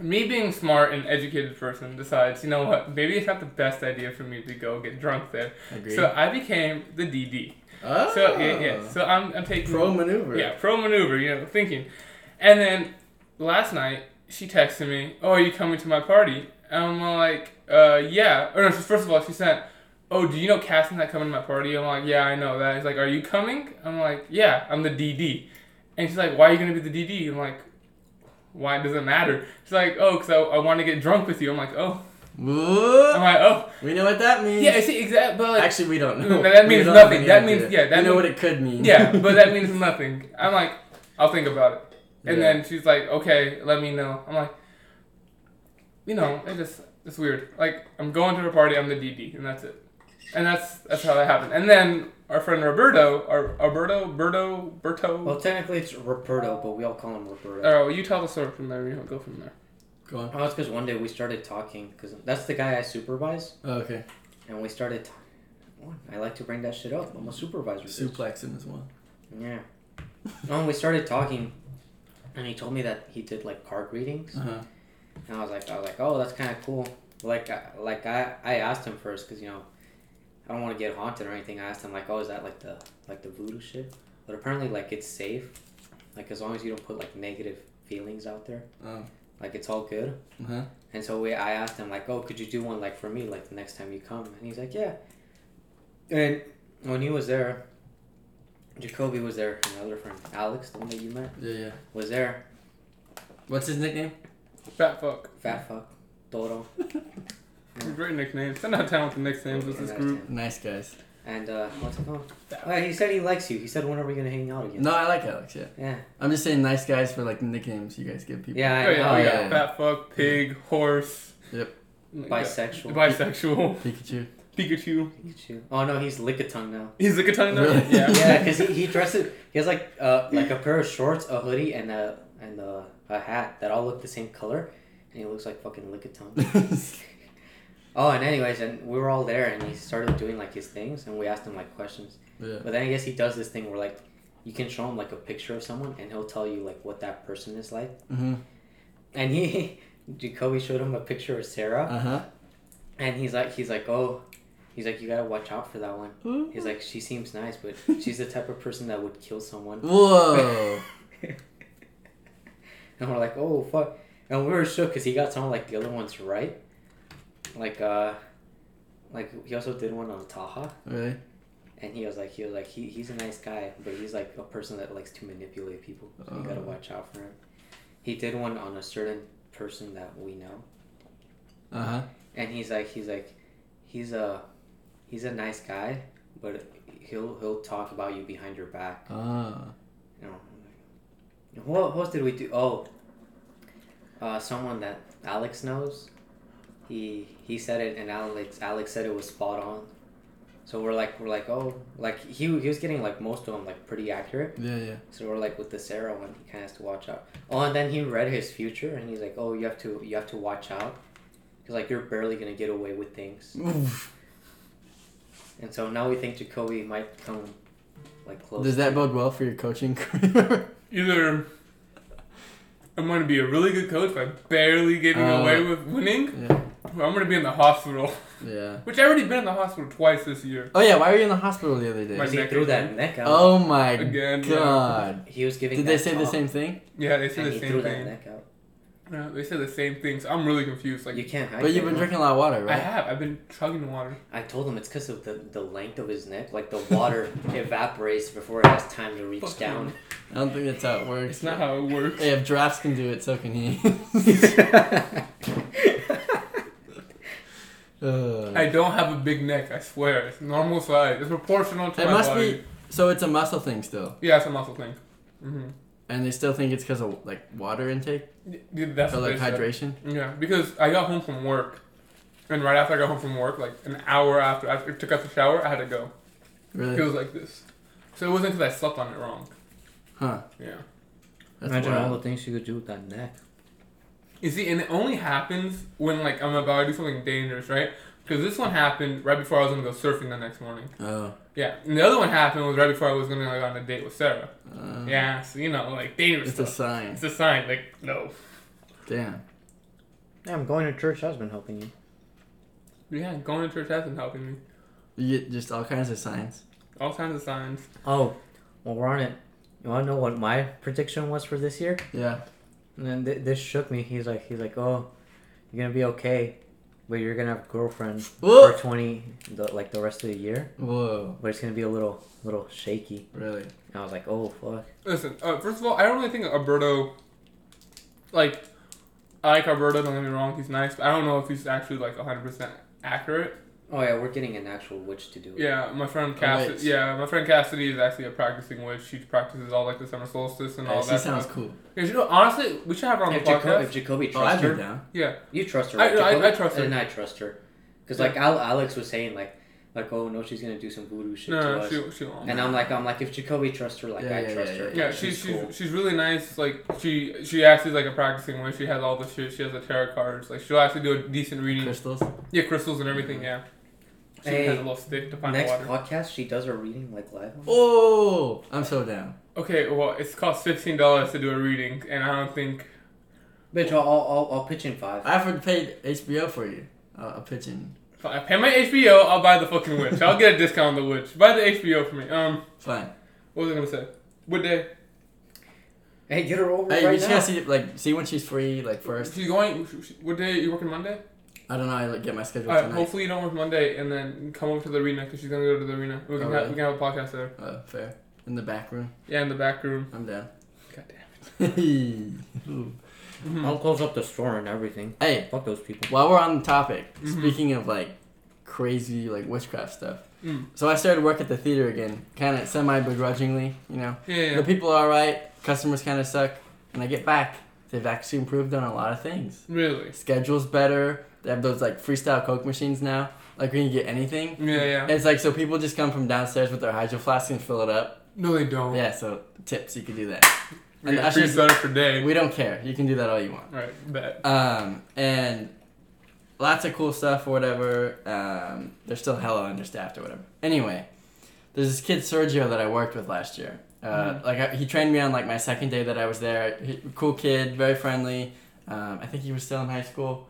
[SPEAKER 1] Me being smart and educated person decides, you know what? Maybe it's not the best idea for me to go get drunk there.
[SPEAKER 2] Agreed.
[SPEAKER 1] So I became the DD.
[SPEAKER 2] oh.
[SPEAKER 1] So yeah, yeah. So I'm, I'm taking
[SPEAKER 2] pro maneuver.
[SPEAKER 1] yeah, pro maneuver, you know, thinking. And then last night, she texted me, Oh, are you coming to my party? And I'm like, uh, Yeah. Or no, first of all, she sent, Oh, do you know Cass and that coming to my party? I'm like, Yeah, I know that. He's like, Are you coming? I'm like, Yeah, I'm the DD. And she's like, Why are you going to be the DD? I'm like, Why does it matter? She's like, Oh, because I, I want to get drunk with you. I'm like, Oh.
[SPEAKER 2] Woo!
[SPEAKER 1] I'm like, Oh.
[SPEAKER 2] we know what that means.
[SPEAKER 1] Yeah, I see, exactly. But like,
[SPEAKER 2] Actually, we don't know.
[SPEAKER 1] No, that
[SPEAKER 2] We
[SPEAKER 1] means
[SPEAKER 2] don't have
[SPEAKER 1] nothing.
[SPEAKER 2] any
[SPEAKER 1] That
[SPEAKER 2] idea.
[SPEAKER 1] means- yeah, that
[SPEAKER 2] we
[SPEAKER 1] means-
[SPEAKER 2] know what it could mean.
[SPEAKER 1] yeah, but that means nothing. I'm like, I'll think about it. And
[SPEAKER 2] Yeah.
[SPEAKER 1] then she's like, okay, let me know. I'm like, you know, it just it's weird. Like I'm going to her party. I'm the DD, and that's it. And that's that's how that happened. And then our friend Roberto, our Alberto, Berto, Berto.
[SPEAKER 3] Well, technically it's Roberto, but we all call him Roberto.
[SPEAKER 1] Oh, you tell the story from there. You know, go from there.
[SPEAKER 2] Go on.
[SPEAKER 3] Oh, it's because one day we started talking because that's the guy I supervise,
[SPEAKER 2] Oh, okay.
[SPEAKER 3] and we started. T- I like to bring that shit up. I'm a supervisor. bitch.
[SPEAKER 2] Suplex him as well.
[SPEAKER 3] Yeah. No, and we started talking, and he told me that he did like card readings,
[SPEAKER 2] Uh huh.
[SPEAKER 3] and I was like, I was like, oh, that's kind of cool. Like, I, like I, I asked him first because you know, I don't want to get haunted or anything. I asked him like, oh, is that like the like the voodoo shit? But apparently, like it's safe, like as long as you don't put like negative feelings out there,
[SPEAKER 2] Oh.
[SPEAKER 3] like it's all good.
[SPEAKER 2] Uh huh.
[SPEAKER 3] And so we, I asked him like, "Oh, could you do one like for me like the next time you come?" And he's like, "Yeah." And when he was there, Jacoby was there. and My other friend, Alex, the one that you met,
[SPEAKER 2] Yeah, yeah.
[SPEAKER 3] was there.
[SPEAKER 2] What's his nickname?
[SPEAKER 1] Fat fuck.
[SPEAKER 3] Fat fuck, Toro,
[SPEAKER 1] Great nickname. Send out town with the next names with this group.
[SPEAKER 2] Nice guys.
[SPEAKER 3] and uh, what's it called? Oh, he said he likes you. He said, "When are we gonna hang out again?"
[SPEAKER 2] No, I like Alex. Yeah.
[SPEAKER 3] Yeah.
[SPEAKER 2] I'm just saying nice guys for like nicknames you guys give people.
[SPEAKER 3] Yeah.
[SPEAKER 1] Oh
[SPEAKER 3] I,
[SPEAKER 1] yeah,
[SPEAKER 3] oh,
[SPEAKER 1] we
[SPEAKER 2] yeah,
[SPEAKER 1] got
[SPEAKER 2] yeah.
[SPEAKER 1] fat fuck, pig, horse.
[SPEAKER 2] Yep.
[SPEAKER 3] Bisexual.
[SPEAKER 1] Bisexual.
[SPEAKER 2] Pikachu.
[SPEAKER 1] Pickachu.
[SPEAKER 3] Pikachu. Oh no, he's Lickitung now.
[SPEAKER 1] He's a katana.
[SPEAKER 2] Really?
[SPEAKER 1] Yeah.
[SPEAKER 3] Yeah, because he, he dresses. He has like uh like a pair of shorts, a hoodie, and a and a, a hat that all look the same color, and he looks like fucking Lickitung. Oh, and anyways, and we were all there, and he started doing like his things, and we asked him like questions.
[SPEAKER 2] yeah.
[SPEAKER 3] But then I guess he does this thing where like, you can show him like a picture of someone, and he'll tell you like what that person is like.
[SPEAKER 2] Mm-hmm.
[SPEAKER 3] And he, Jacoby showed him a picture of Sarah,
[SPEAKER 2] Uh huh.
[SPEAKER 3] and he's like, he's like, oh, he's like, you gotta watch out for that one. He's like, she seems nice, but she's the type of person that would kill someone.
[SPEAKER 2] Whoa.
[SPEAKER 3] And we're like, oh fuck, and we were shook because he got someone like the other ones right, like uh, like he also did one on Taha.
[SPEAKER 2] really?
[SPEAKER 3] And he was like, he was like, he, he's a nice guy, but he's like a person that likes to manipulate people. So you gotta
[SPEAKER 2] Oh.
[SPEAKER 3] watch out for him. He did one on a certain person that we know,
[SPEAKER 2] Uh huh.
[SPEAKER 3] and he's like, he's like, he's a, he's a nice guy, but he'll he'll talk about you behind your back.
[SPEAKER 2] Ah.
[SPEAKER 3] You know, I'm like, what what did we do? Oh, uh, someone that Alex knows. He he said it, and Alex Alex said it was spot on. So we're like we're like oh like he he was getting like most of them like pretty accurate.
[SPEAKER 2] Yeah, yeah.
[SPEAKER 3] So we're like with the Sarah one, he kind of has to watch out. Oh, and then he read his future, and he's like, "Oh, you have to, you have to watch out, because like you're barely gonna get away with things."
[SPEAKER 2] Oof.
[SPEAKER 3] And so now we think Jacoby might come, like close.
[SPEAKER 2] Does that bode well for your coaching career?
[SPEAKER 1] Either I'm gonna be a really good coach by barely getting
[SPEAKER 2] Uh,
[SPEAKER 1] away with winning,
[SPEAKER 2] yeah.
[SPEAKER 1] or I'm gonna be in the hospital,
[SPEAKER 2] Yeah.
[SPEAKER 1] which I already been in the hospital twice this year.
[SPEAKER 2] Oh yeah. Why were you in the hospital the other day?
[SPEAKER 1] My-
[SPEAKER 3] Because he
[SPEAKER 1] neck
[SPEAKER 3] threw
[SPEAKER 1] again?
[SPEAKER 3] that neck out.
[SPEAKER 2] Oh my
[SPEAKER 1] Again, yeah.
[SPEAKER 2] god.
[SPEAKER 3] He was giving.
[SPEAKER 2] Did they
[SPEAKER 3] that
[SPEAKER 2] say the
[SPEAKER 3] talk,
[SPEAKER 2] same thing?
[SPEAKER 1] Yeah, they said
[SPEAKER 3] And
[SPEAKER 1] the
[SPEAKER 3] he
[SPEAKER 1] same
[SPEAKER 3] threw that
[SPEAKER 1] thing.
[SPEAKER 3] neck out.
[SPEAKER 1] Yeah, they said the same thing. So I'm really confused. Like
[SPEAKER 3] you can't hide.
[SPEAKER 2] But you've
[SPEAKER 3] that
[SPEAKER 2] been
[SPEAKER 3] one.
[SPEAKER 2] drinking a lot of water,
[SPEAKER 1] I
[SPEAKER 2] right?
[SPEAKER 1] have, I've been chugging water.
[SPEAKER 3] I told him it's because of the the length of his neck. Like the water evaporates before it has time to reach
[SPEAKER 1] Fuck
[SPEAKER 3] down.
[SPEAKER 1] you.
[SPEAKER 2] I don't think that's how it works.
[SPEAKER 1] It's not how it works.
[SPEAKER 2] Hey, if drafts can do it, so can he. Ugh.
[SPEAKER 1] I don't have a big neck. I swear, it's normal size. It's proportional to
[SPEAKER 2] It
[SPEAKER 1] my
[SPEAKER 2] must
[SPEAKER 1] body.
[SPEAKER 2] be. So it's a muscle thing still,
[SPEAKER 1] Yeah, it's a muscle thing. hmm
[SPEAKER 2] and they still think it's because of like water intake
[SPEAKER 1] Yeah, that's
[SPEAKER 2] or
[SPEAKER 1] what
[SPEAKER 2] like
[SPEAKER 1] they said.
[SPEAKER 2] hydration.
[SPEAKER 1] Yeah, because I got home from work, and right after I got home from work, like an hour after I took out the shower, I had to go. It
[SPEAKER 2] Really?
[SPEAKER 1] was like this. So it wasn't because I slept on it wrong.
[SPEAKER 2] Huh?
[SPEAKER 1] Yeah.
[SPEAKER 2] That's
[SPEAKER 3] Imagine all
[SPEAKER 2] wild.
[SPEAKER 3] the things you could do with that neck.
[SPEAKER 1] You see, and it only happens when like I'm about to do something dangerous, right? Because this one happened right before I was gonna go surfing the next morning.
[SPEAKER 2] Oh.
[SPEAKER 1] Yeah, and the other one happened was right before I was gonna go on a date with Sarah.
[SPEAKER 2] Uh,
[SPEAKER 1] Yeah, so you know, like dangerous
[SPEAKER 2] It's a
[SPEAKER 1] stuff.
[SPEAKER 2] sign.
[SPEAKER 1] it's a sign, like no.
[SPEAKER 2] Damn.
[SPEAKER 3] Yeah, I'm going to church. I've been helping you.
[SPEAKER 1] Yeah, going to church hasn't helping me.
[SPEAKER 2] You get just all kinds of signs.
[SPEAKER 1] All kinds of signs.
[SPEAKER 3] Oh, well, we're on it. You want to know what my prediction was for this year?
[SPEAKER 2] Yeah.
[SPEAKER 3] And then th- this shook me. He's like, he's like, oh, you're gonna be okay, but you're gonna have a girlfriend for
[SPEAKER 2] Whoa.
[SPEAKER 3] twenty, the, like the rest of the year.
[SPEAKER 2] Whoa.
[SPEAKER 3] But it's gonna be a little, little shaky.
[SPEAKER 2] Really?
[SPEAKER 3] And I was like, oh fuck.
[SPEAKER 1] Listen, uh, first of all, I don't really think Alberto. Like, I like Alberto. Don't get me wrong, he's nice, but I don't know if he's actually like 100 percent accurate.
[SPEAKER 3] Oh yeah, we're getting an actual witch to do it.
[SPEAKER 1] Yeah, my friend
[SPEAKER 2] witch.
[SPEAKER 1] Cassidy. Yeah, my friend Cassidy is actually a practicing witch. She practices all like the summer solstice and all
[SPEAKER 2] Uh, she
[SPEAKER 1] that.
[SPEAKER 2] sounds
[SPEAKER 1] stuff.
[SPEAKER 2] cool.
[SPEAKER 1] Yeah, you know, honestly, we should have her on
[SPEAKER 3] If,
[SPEAKER 1] the
[SPEAKER 3] Jaco-
[SPEAKER 1] podcast.
[SPEAKER 3] if Jacoby
[SPEAKER 2] Oh, I'd
[SPEAKER 3] trusts
[SPEAKER 2] be
[SPEAKER 3] her,
[SPEAKER 2] down.
[SPEAKER 1] yeah,
[SPEAKER 3] you trust her.
[SPEAKER 1] I-
[SPEAKER 3] Right?
[SPEAKER 1] I-
[SPEAKER 3] Jacoby?
[SPEAKER 1] I trust her.
[SPEAKER 3] And I trust her, because like Al- Alex was saying, like, like oh no, she's gonna do some voodoo shit
[SPEAKER 1] no,
[SPEAKER 3] to
[SPEAKER 1] no,
[SPEAKER 3] us.
[SPEAKER 1] she she won't.
[SPEAKER 3] And I'm like, I'm like, if Jacoby trusts her, like
[SPEAKER 2] Yeah,
[SPEAKER 3] I
[SPEAKER 2] yeah,
[SPEAKER 3] trust
[SPEAKER 2] yeah,
[SPEAKER 3] her.
[SPEAKER 2] yeah.
[SPEAKER 1] Yeah,
[SPEAKER 3] Like,
[SPEAKER 1] she's she's,
[SPEAKER 3] cool.
[SPEAKER 1] she's really nice. Like she she actually is like a practicing witch. She has all the shit. She has the tarot cards. Like she'll actually do a decent reading.
[SPEAKER 2] Crystals.
[SPEAKER 1] Yeah, crystals and everything. Yeah. She
[SPEAKER 3] Mm-hmm. Hey,
[SPEAKER 1] has a little stick to find the water.
[SPEAKER 3] Next podcast, she does her reading like live. on-
[SPEAKER 2] Oh, I'm so down.
[SPEAKER 1] Okay, well, it's cost fifteen dollars to do a reading, and I don't think
[SPEAKER 3] Bitch, I'll, I'll, I'll, I'll pitch in five.
[SPEAKER 2] I have paid HBO for you. Uh, a pitching.
[SPEAKER 1] if I pay my HBO, I'll buy the fucking witch. I'll get a discount on the witch. Buy the HBO for me. Um,
[SPEAKER 2] Fine.
[SPEAKER 1] what was I gonna say? What day?
[SPEAKER 3] Hey, get her over
[SPEAKER 2] Hey, you
[SPEAKER 3] right
[SPEAKER 2] just
[SPEAKER 3] now.
[SPEAKER 2] gotta see like see when she's free like first.
[SPEAKER 1] She's going. What day? You working Monday?
[SPEAKER 2] I don't know. I like, get my schedule
[SPEAKER 1] All right.
[SPEAKER 2] tonight.
[SPEAKER 1] Hopefully you don't work Monday, and then come over to the arena because she's gonna go to the arena. We can
[SPEAKER 2] Oh,
[SPEAKER 1] have,
[SPEAKER 2] really?
[SPEAKER 1] we can have a podcast there.
[SPEAKER 2] Uh, fair. In the back room.
[SPEAKER 1] Yeah, in the back room.
[SPEAKER 2] I'm down.
[SPEAKER 1] Goddamn.
[SPEAKER 2] hey,
[SPEAKER 1] Mhm.
[SPEAKER 3] I'll close up the store and everything. Fuck those people.
[SPEAKER 2] while we're on the topic,
[SPEAKER 1] Mhm.
[SPEAKER 2] speaking of like crazy like witchcraft stuff.
[SPEAKER 1] Mm.
[SPEAKER 2] So I started work at the theater again, kind of semi begrudgingly. You know,
[SPEAKER 1] Yeah, yeah.
[SPEAKER 2] the people are alright, customers kind of suck, and I get back. They've actually improved on a lot of things.
[SPEAKER 1] Really?
[SPEAKER 2] Schedule's better. They have those like freestyle Coke machines now. Like we can get anything.
[SPEAKER 1] Yeah, yeah.
[SPEAKER 2] It's like so people just come from downstairs with their hydro flask and fill it up.
[SPEAKER 1] No, they don't.
[SPEAKER 2] Yeah, so tips you can do that.
[SPEAKER 1] We
[SPEAKER 2] and
[SPEAKER 1] get
[SPEAKER 2] I
[SPEAKER 1] free
[SPEAKER 2] should-
[SPEAKER 1] soda per day.
[SPEAKER 2] We don't care. You can do that all you want.
[SPEAKER 1] All right, bet.
[SPEAKER 2] Um, and lots of cool stuff or whatever. Um, they're still hella understaffed or whatever. Anyway, there's this kid Sergio that I worked with last year. Uh, Like I, he trained me on like my second day that I was there. He, cool kid, very friendly. Um, I think he was still in high school.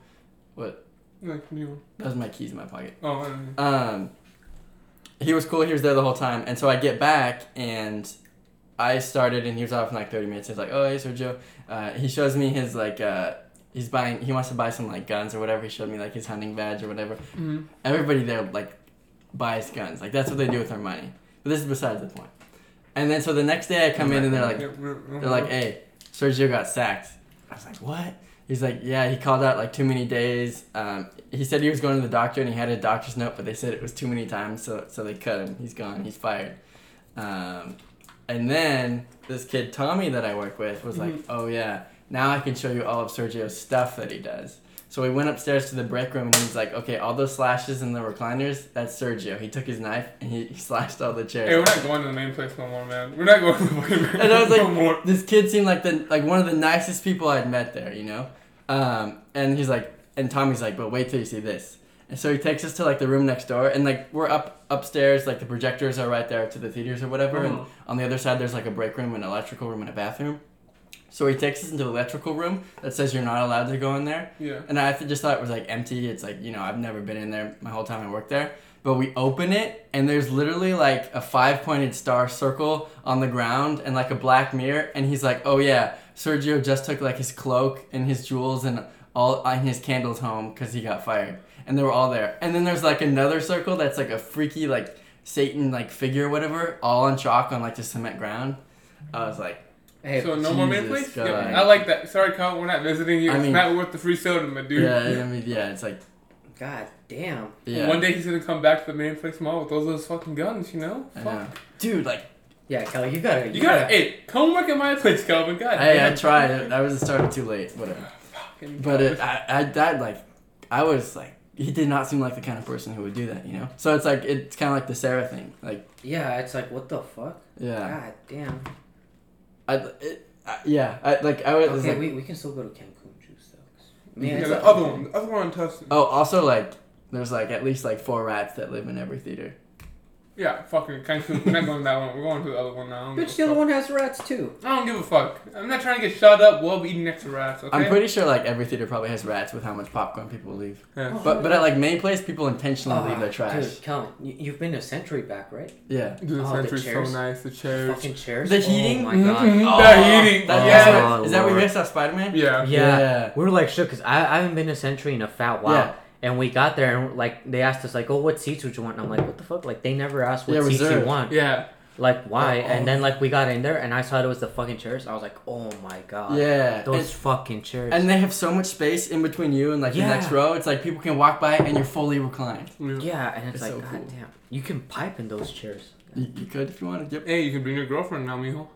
[SPEAKER 1] Like you.
[SPEAKER 2] That was my keys in my pocket.
[SPEAKER 1] Oh, I don't know.
[SPEAKER 2] Um, he was cool. He was there the whole time, and so I get back and I started, and he was off in like thirty minutes. He's like, "Oh, hey, Sergio." Uh, he shows me his like uh, he's buying. He wants to buy some like guns or whatever. He showed me like his hunting badge or whatever.
[SPEAKER 1] Mhm.
[SPEAKER 2] Everybody there like buys guns. Like that's what they do with their money. But this is besides the point. And then so the next day I come in and they're like
[SPEAKER 1] Yeah, we're-
[SPEAKER 2] they're like, "Hey, Sergio got sacked." I was like, what? He's like, yeah, he called out like too many days. Um, he said he was going to the doctor and he had a doctor's note, but they said it was too many times, so so they cut him. He's gone. He's fired. Um, and then this kid Tommy that I work with was like, oh yeah, now I can show you all of Sergio's stuff that he does. So we went upstairs to the break room and he's like, okay, all those slashes in the recliners, that's Sergio. He took his knife and he, he slashed all the chairs.
[SPEAKER 1] Hey, we're not going to the main place no more, man. We're not going to the fucking main place
[SPEAKER 2] And I was
[SPEAKER 1] no more.
[SPEAKER 2] like, this kid seemed like the like one of the nicest people I'd met there, you know. Um, and he's like, and Tommy's like, but wait till you see this. And so he takes us to like the room next door, and like we're up upstairs, like the projectors are right there to the theaters or whatever, and on the other side there's like a break room, an electrical room, and a bathroom. So he takes us into the electrical room that says you're not allowed to go in there.
[SPEAKER 1] Yeah.
[SPEAKER 2] And I th- just thought it was like empty. It's like, you know, I've never been in there my whole time I worked there. But we open it, and there's literally like a five pointed star circle on the ground and like a black mirror. And he's like, oh yeah, Sergio just took like his cloak and his jewels and all and his candles home because he got fired. And they were all there. And then there's like another circle that's like a freaky, like Satan like figure or whatever, all on chalk on like the cement ground. I was like,
[SPEAKER 3] Hey,
[SPEAKER 1] so no more main
[SPEAKER 2] Jesus
[SPEAKER 1] place. Yeah,
[SPEAKER 2] God.
[SPEAKER 1] I like that. Sorry, Kyle, we're not visiting you.
[SPEAKER 2] I
[SPEAKER 1] it's
[SPEAKER 2] mean-
[SPEAKER 1] not worth the free soda, my dude.
[SPEAKER 2] yeah, I mean, yeah, it's like,
[SPEAKER 3] God damn.
[SPEAKER 2] yeah.
[SPEAKER 1] One day he's gonna come back to the main place mall with those those fucking guns, you know?
[SPEAKER 2] I
[SPEAKER 1] Fuck.
[SPEAKER 2] know. Dude, like,
[SPEAKER 3] Yeah, Kelly, you gotta.
[SPEAKER 1] You gotta, hey, come work at my place, Calvin. God,
[SPEAKER 2] Hey, I
[SPEAKER 1] damn.
[SPEAKER 2] tried. it. I was started too late. Whatever.
[SPEAKER 1] Fucking
[SPEAKER 2] But it, I, I, that like, I was like, he did not seem like the kind of person who would do that. You know. So it's like it's kind of like the Sarah thing. Like,
[SPEAKER 3] Yeah, it's like what the fuck?
[SPEAKER 2] yeah,
[SPEAKER 3] God damn.
[SPEAKER 2] I, it, I yeah, I like I was,
[SPEAKER 3] Okay,
[SPEAKER 2] like,
[SPEAKER 3] we, we can still go to Cancun juice though.
[SPEAKER 1] Yeah,
[SPEAKER 3] Man, it's
[SPEAKER 1] the
[SPEAKER 3] like-
[SPEAKER 1] other one, the other one on Tustin.
[SPEAKER 2] oh, also like, there's like at least like four rats that live in every theater.
[SPEAKER 1] Yeah, fucking Cancun. We're not going to that one. We're going to the other one now. I don't give
[SPEAKER 3] Bitch, the
[SPEAKER 1] a
[SPEAKER 3] other
[SPEAKER 1] fuck.
[SPEAKER 3] one has rats too.
[SPEAKER 1] I don't give a fuck. I'm not trying to get shot up while eating next to rats. Okay.
[SPEAKER 2] I'm pretty sure like every theater probably has rats with how much popcorn people leave.
[SPEAKER 1] Yeah.
[SPEAKER 2] But but at like main place, people intentionally
[SPEAKER 3] Ah,
[SPEAKER 2] leave their trash.
[SPEAKER 3] Dude, Kellen, you, you've been to Century back, right?
[SPEAKER 2] Yeah.
[SPEAKER 1] Dude, the
[SPEAKER 3] Oh, the
[SPEAKER 1] century's so
[SPEAKER 3] chairs.
[SPEAKER 1] nice. The chairs.
[SPEAKER 3] Fucking chairs.
[SPEAKER 2] The heating?
[SPEAKER 3] Oh my
[SPEAKER 1] Mhm.
[SPEAKER 2] Oh,
[SPEAKER 3] god.
[SPEAKER 1] The heating.
[SPEAKER 2] That,
[SPEAKER 1] Yes.
[SPEAKER 2] that's- is that where you
[SPEAKER 5] Lord.
[SPEAKER 2] guys saw Spider Man?
[SPEAKER 1] yeah.
[SPEAKER 5] Yeah.
[SPEAKER 2] Yeah.
[SPEAKER 5] We were like shook because I, I haven't been to Century in a fat while.
[SPEAKER 2] Yeah.
[SPEAKER 5] And we got there and like they asked us like, oh, what seats would you want? And I'm like, what the fuck? Like they never asked what
[SPEAKER 2] Yeah,
[SPEAKER 5] seats
[SPEAKER 2] reserved.
[SPEAKER 5] you want.
[SPEAKER 1] Yeah.
[SPEAKER 5] Like why?
[SPEAKER 2] Oh.
[SPEAKER 5] And then like we got in there and I saw it was the fucking chairs. I was like, oh my god.
[SPEAKER 2] Yeah.
[SPEAKER 5] Those
[SPEAKER 2] And-
[SPEAKER 5] fucking chairs.
[SPEAKER 2] And they have so much space in between you and like
[SPEAKER 5] Yeah.
[SPEAKER 2] the next row. It's like people can walk by and you're fully reclined.
[SPEAKER 5] yeah, and it's,
[SPEAKER 2] It's
[SPEAKER 5] like,
[SPEAKER 2] so
[SPEAKER 5] god
[SPEAKER 2] cool.
[SPEAKER 5] damn, you can pipe in those chairs.
[SPEAKER 2] You, you could if you wanted. Yep.
[SPEAKER 1] Hey, you can bring your girlfriend now, mijo.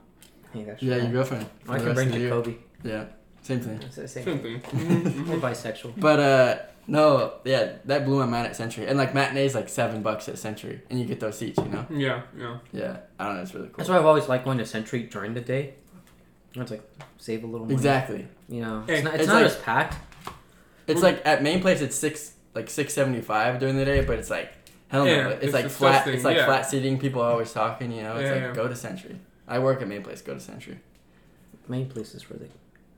[SPEAKER 5] Yeah, that's
[SPEAKER 2] Yeah,
[SPEAKER 5] right.
[SPEAKER 2] your girlfriend. for
[SPEAKER 5] I
[SPEAKER 2] the
[SPEAKER 5] can
[SPEAKER 2] rest
[SPEAKER 5] bring
[SPEAKER 2] of the year.
[SPEAKER 5] Jacoby.
[SPEAKER 2] Yeah, same thing.
[SPEAKER 5] It's the same.
[SPEAKER 1] Same
[SPEAKER 5] thing.
[SPEAKER 1] thing. Mhm,
[SPEAKER 5] We're
[SPEAKER 1] mhm.
[SPEAKER 5] bisexual.
[SPEAKER 2] But uh, no, yeah, that blew my mind at Century. And like matinees like seven bucks at Century, and you get those seats, you know.
[SPEAKER 1] yeah. Yeah.
[SPEAKER 2] Yeah, I don't know, it's really cool.
[SPEAKER 5] That's why I've always liked going to Century during the day. It's like save a little money.
[SPEAKER 2] Exactly.
[SPEAKER 5] You know,
[SPEAKER 1] Hey,
[SPEAKER 5] it's not, it's
[SPEAKER 2] it's
[SPEAKER 5] not
[SPEAKER 2] like-
[SPEAKER 5] as packed.
[SPEAKER 2] It's like at main place it's six like six seventy five during the day, but it's like hell no,
[SPEAKER 1] Yeah,
[SPEAKER 2] it's,
[SPEAKER 1] it's
[SPEAKER 2] like flat.
[SPEAKER 1] disgusting,
[SPEAKER 2] It's like
[SPEAKER 1] yeah.
[SPEAKER 2] flat seating. People are always talking, you know. It's
[SPEAKER 1] Yeah,
[SPEAKER 2] like
[SPEAKER 1] yeah.
[SPEAKER 2] go to Century. I work at main place. Go to Century.
[SPEAKER 5] Main places for the.